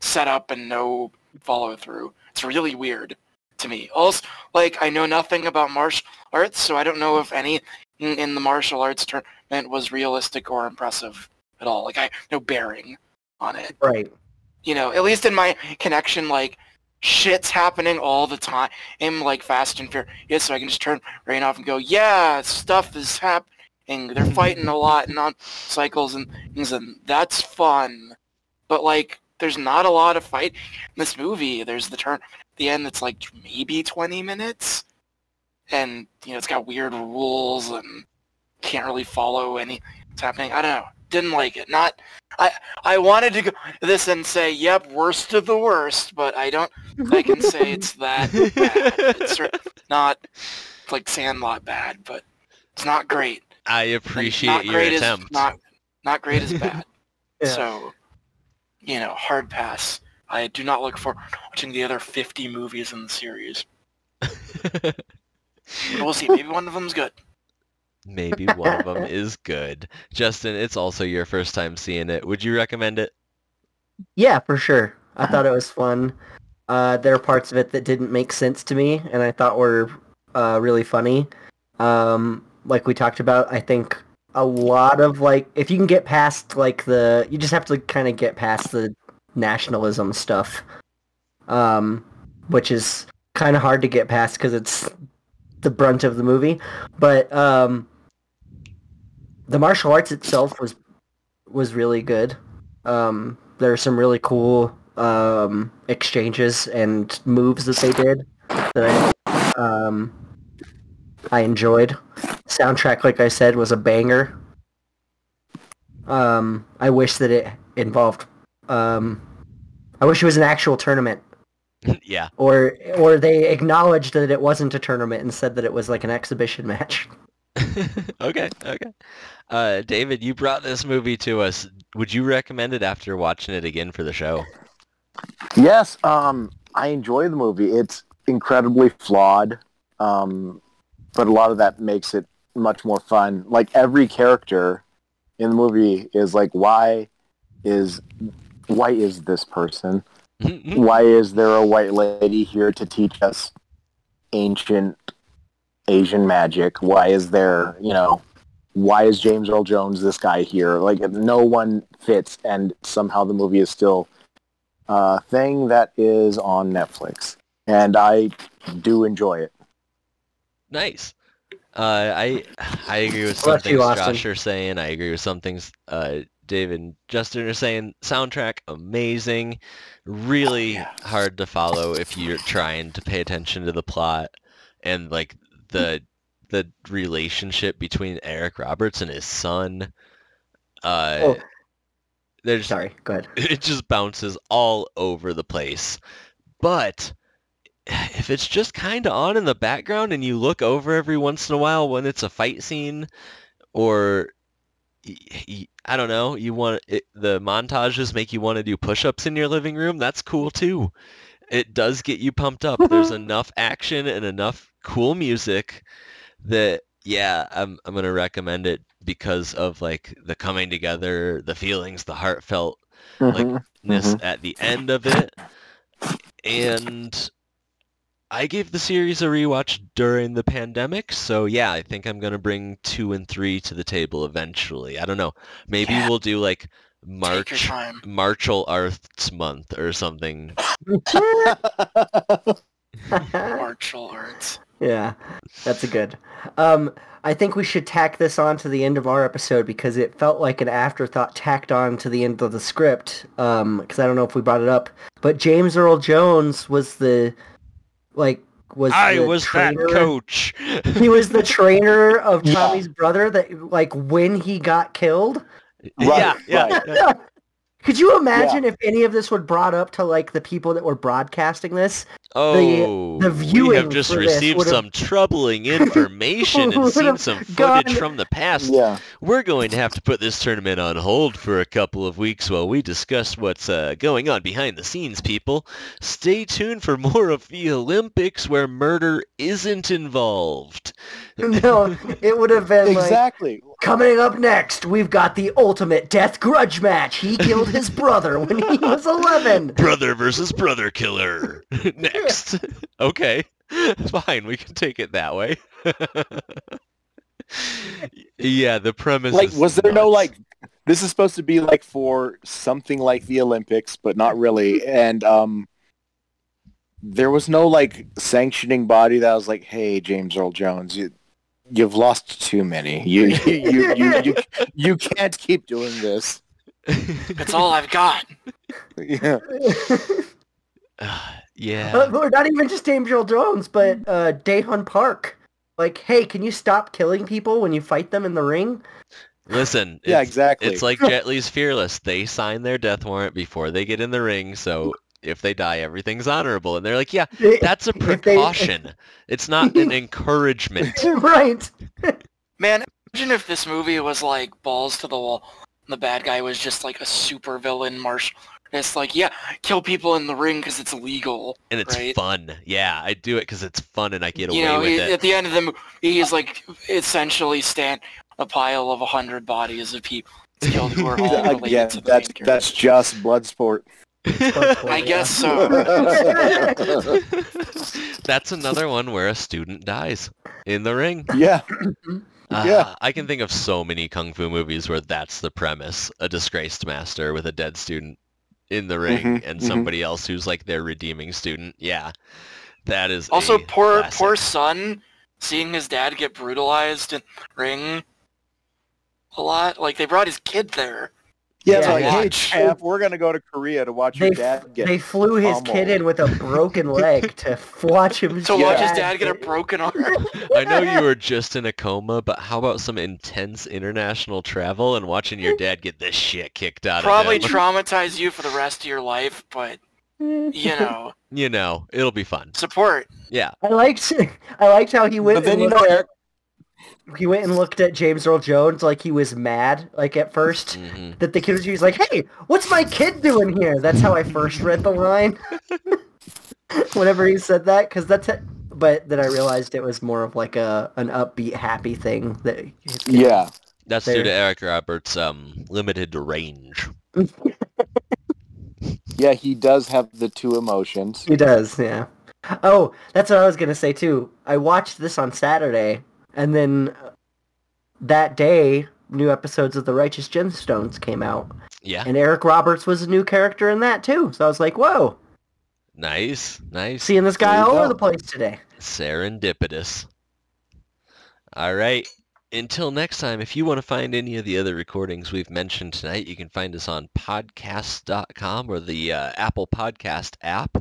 Speaker 2: setup and no follow through. It's really weird to me. Also, like I know nothing about martial arts, so I don't know if any in in the martial arts tournament was realistic or impressive at all. Like I no bearing on it.
Speaker 3: Right.
Speaker 2: You know, at least in my connection, like shit's happening all the time. I'm like Fast and Furious, so I can just turn rain off and go, yeah, stuff is happening. They're fighting a lot and on cycles and things, and that's fun. But like, there's not a lot of fight in this movie. There's the turn at the end that's like maybe 20 minutes, and you know it's got weird rules and can't really follow any what's happening. I don't know. Didn't like it. Not. I I wanted to go this and say, yep, worst of the worst, but I don't. think I can say it's that bad. It's cer- not like Sandlot bad, but it's not great.
Speaker 1: I
Speaker 2: And
Speaker 1: appreciate
Speaker 2: not
Speaker 1: your
Speaker 2: great
Speaker 1: attempt.
Speaker 2: Is not, not great is bad.
Speaker 3: Yeah.
Speaker 2: So, you know, hard pass. I do not look for watching the other 50 movies in the series. But we'll see. Maybe one of them's good.
Speaker 1: Maybe one of them is good. Justin, it's also your first time seeing it. Would you recommend it?
Speaker 3: Yeah, for sure. I thought it was fun. Uh, there are parts of it that didn't make sense to me, and I thought were uh, really funny. Um, like we talked about, I think a lot of like if you can get past like the you just have to kind of get past the nationalism stuff, um, which is kind of hard to get past because it's the brunt of the movie. But um, the martial arts itself was was really good um, there are some really cool um, exchanges and moves that they did that I, um, I enjoyed. Soundtrack, like I said, was a banger. Um, I wish that it involved. Um, I wish it was an actual tournament,
Speaker 1: yeah.
Speaker 3: or or they acknowledged that it wasn't a tournament and said that it was like an exhibition match.
Speaker 1: okay, okay. Uh, David, you brought this movie to us. Would you recommend it after watching it again for the show?
Speaker 4: Yes, um, I enjoy the movie. It's incredibly flawed, um, but a lot of that makes it much more fun. Like every character in the movie is like, why is why is this person? Why is there a white lady here to teach us ancient Asian magic? Why is there, you know, why is James Earl Jones this guy here? Like no one fits, and somehow the movie is still uh, thing that is on Netflix, and I do enjoy it.
Speaker 1: Nice. Uh, I I agree with some
Speaker 3: Bless
Speaker 1: things
Speaker 3: you, Austin.
Speaker 1: Josh are saying. I agree with some things uh, David and Justin are saying. Soundtrack amazing,
Speaker 3: Oh,
Speaker 1: really hard to follow if you're trying to pay attention to the plot and like the the relationship between Eric Roberts and his son. Uh,
Speaker 3: Oh.
Speaker 1: There's
Speaker 3: Sorry, go ahead.
Speaker 1: it just bounces all over the place. But if it's just kind of on in the background and you look over every once in a while when it's a fight scene or y- y- I don't know, you want it, the montages make you want to do push-ups in your living room, that's cool too. It does get you pumped up. There's enough action and enough cool music that yeah, I'm I'm going to recommend it because of like the coming together, the feelings, the heartfelt
Speaker 4: Mhm.
Speaker 1: this
Speaker 2: Mm-hmm.
Speaker 1: at the end of it. And I gave the series a rewatch during the pandemic, so yeah, I think I'm going to bring 2 and 3 to the table eventually. I don't know. Maybe
Speaker 2: Yeah.
Speaker 1: we'll do like
Speaker 2: Take your
Speaker 1: March
Speaker 2: time.
Speaker 1: Martial Arts month or something.
Speaker 2: Martial arts.
Speaker 3: yeah, that's a good. Um, I think we should tack this on to the end of our episode because it felt like an afterthought tacked on to the end of the script. Because I don't know if we brought it up, but James Earl Jones was the like was
Speaker 1: I
Speaker 3: the
Speaker 1: was that
Speaker 3: trainer-
Speaker 1: coach.
Speaker 3: He was the trainer of
Speaker 4: Yeah.
Speaker 3: Tommy's brother. That like when he got killed.
Speaker 1: yeah, yeah.
Speaker 4: right.
Speaker 1: yeah.
Speaker 3: Could you imagine if any of this were brought up to like the people that were broadcasting this?
Speaker 1: Oh,
Speaker 3: the
Speaker 1: we
Speaker 3: viewing
Speaker 1: have just
Speaker 3: for this
Speaker 1: received
Speaker 3: would've-
Speaker 1: some troubling information and seen
Speaker 3: Would've
Speaker 1: some
Speaker 3: gone-
Speaker 1: footage from the past
Speaker 4: yeah.
Speaker 1: We're going to have to put this tournament on hold for a couple of weeks while we discuss what's uh, going on behind the scenes, people. Stay tuned for more of the Olympics where murder isn't involved.
Speaker 3: No, it would have been like
Speaker 4: Exactly.
Speaker 3: Coming up next, we've got the ultimate death grudge match. He killed his brother when he was 11.
Speaker 1: Brother versus brother killer. Next. okay. Fine, we can take it that way. yeah, the premise
Speaker 4: Like,
Speaker 1: is
Speaker 4: was there no
Speaker 1: nuts.
Speaker 4: like? This is supposed to be like for something like the Olympics, but not really. And um, there was no like sanctioning body that was like, "Hey, James Earl Jones, you, you've lost too many. You, you, you, you, you, you can't keep doing this."
Speaker 2: That's all I've got.
Speaker 4: Yeah.
Speaker 3: Uh,
Speaker 1: Ah, yeah.
Speaker 3: or not even just James Earl Jones, but uh, Daehan Park. Like, hey, can you stop killing people when you fight them in the ring?
Speaker 1: Listen,
Speaker 4: Yeah,
Speaker 1: it's-
Speaker 4: exactly.
Speaker 1: It's like Jet Li's Fearless. They sign their death warrant before they get in the ring, so if they die, everything's honorable. And they're like, yeah, that's a
Speaker 3: they-
Speaker 1: precaution. It's not an encouragement.
Speaker 3: right.
Speaker 2: Man, imagine if this movie was like balls to the wall. And the bad guy was just like a super villain martial artist. Like, yeah, kill people in the ring because it's legal.
Speaker 1: And it's
Speaker 2: Right.
Speaker 1: fun. Yeah, I do it because it's fun and I get away
Speaker 2: you know,
Speaker 1: with
Speaker 2: he-
Speaker 1: it.
Speaker 2: at the end of the movie, he's like essentially stand a pile of a hundred bodies of people killed who are all related
Speaker 4: Again,
Speaker 2: to the
Speaker 4: that's
Speaker 2: main character.
Speaker 4: that's just blood sport.
Speaker 2: I guess so.
Speaker 1: That's another one where a student dies in the ring.
Speaker 4: yeah.
Speaker 1: Ah,
Speaker 4: Yeah.
Speaker 1: I can think of so many kung fu movies where that's the premise: a disgraced master with a dead student in the ring,
Speaker 2: Mm-hmm,
Speaker 4: Mhm,
Speaker 1: and
Speaker 4: mhm.
Speaker 1: somebody else who's like their redeeming student. Yeah, that is a
Speaker 2: Also, poor
Speaker 1: classic.
Speaker 2: poor son seeing his dad get brutalized in the ring a lot. Like they brought his kid there.
Speaker 4: Yeah, it's
Speaker 3: Yeah,
Speaker 4: like, hey,
Speaker 1: watch.
Speaker 4: Jeff, we're gonna go to Korea to watch your
Speaker 3: They,
Speaker 4: dad get.
Speaker 3: they flew his kid in with a broken leg to f- watch him.
Speaker 2: To watch his dad get a
Speaker 3: get-
Speaker 2: broken arm.
Speaker 1: I know you were just in a coma, but how about some intense international travel and watching your dad get the shit kicked out
Speaker 2: Probably
Speaker 1: of him?
Speaker 2: traumatize you for the rest of your life, but you know,
Speaker 1: you know, it'll be fun.
Speaker 2: support.
Speaker 1: Yeah,
Speaker 3: I liked, I liked how he went.
Speaker 4: But then
Speaker 3: and
Speaker 4: you
Speaker 3: looked
Speaker 4: know, Eric,
Speaker 3: he went and looked at James Earl Jones like he was mad, like at first.
Speaker 1: Mhm.
Speaker 3: That the kid was he was like, "Hey, what's my kid doing here?" That's how I first read the line. Whenever he said that, because that's it. But then I realized it was more of like a an upbeat, happy thing. That
Speaker 4: yeah,
Speaker 1: that's due
Speaker 3: There.
Speaker 1: to Eric Roberts' um, limited range.
Speaker 4: yeah, he does have the two emotions.
Speaker 3: he does, yeah. Oh, that's what I was gonna say too. I watched this on Saturday, and then that day, new episodes of The Righteous Gemstones came out,
Speaker 1: Yeah,
Speaker 3: and Eric Roberts was a new character in that too. So I was like, "Whoa,
Speaker 1: nice, nice.
Speaker 3: seeing this guy
Speaker 4: There you
Speaker 3: all over
Speaker 4: go.
Speaker 3: the place today."
Speaker 1: serendipitous. All right. Until next time, if you want to find any of the other recordings we've mentioned tonight, you can find us on podcast.com or the uh, Apple Podcast app.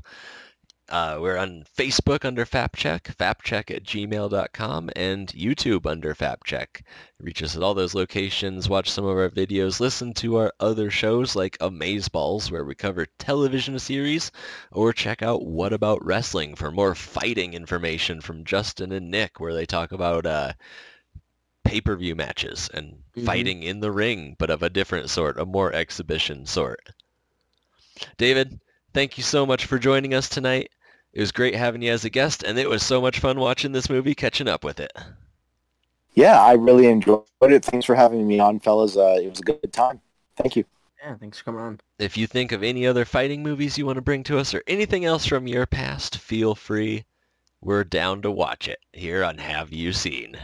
Speaker 1: Uh, we're on Facebook under FapCheck, FapCheck at gmail.com, and YouTube under FapCheck. Reach us at all those locations, watch some of our videos, listen to our other shows like Amazeballs, where we cover television series, or check out What About Wrestling for more fighting information from Justin and Nick, where they talk about uh, pay-per-view matches and
Speaker 4: Mhm.
Speaker 1: fighting in the ring, but of a different sort, a more exhibition sort. David, thank you so much for joining us tonight. It was great having you as a guest, and it was so much fun watching this movie, catching up with it.
Speaker 4: Yeah, I really enjoyed it. Thanks for having me on, fellas. Uh, it was a good time. Thank you.
Speaker 3: Yeah, thanks for coming on.
Speaker 1: If you think of any other fighting movies you want to bring to us or anything else from your past, feel free. We're down to watch it here on Have You Seen.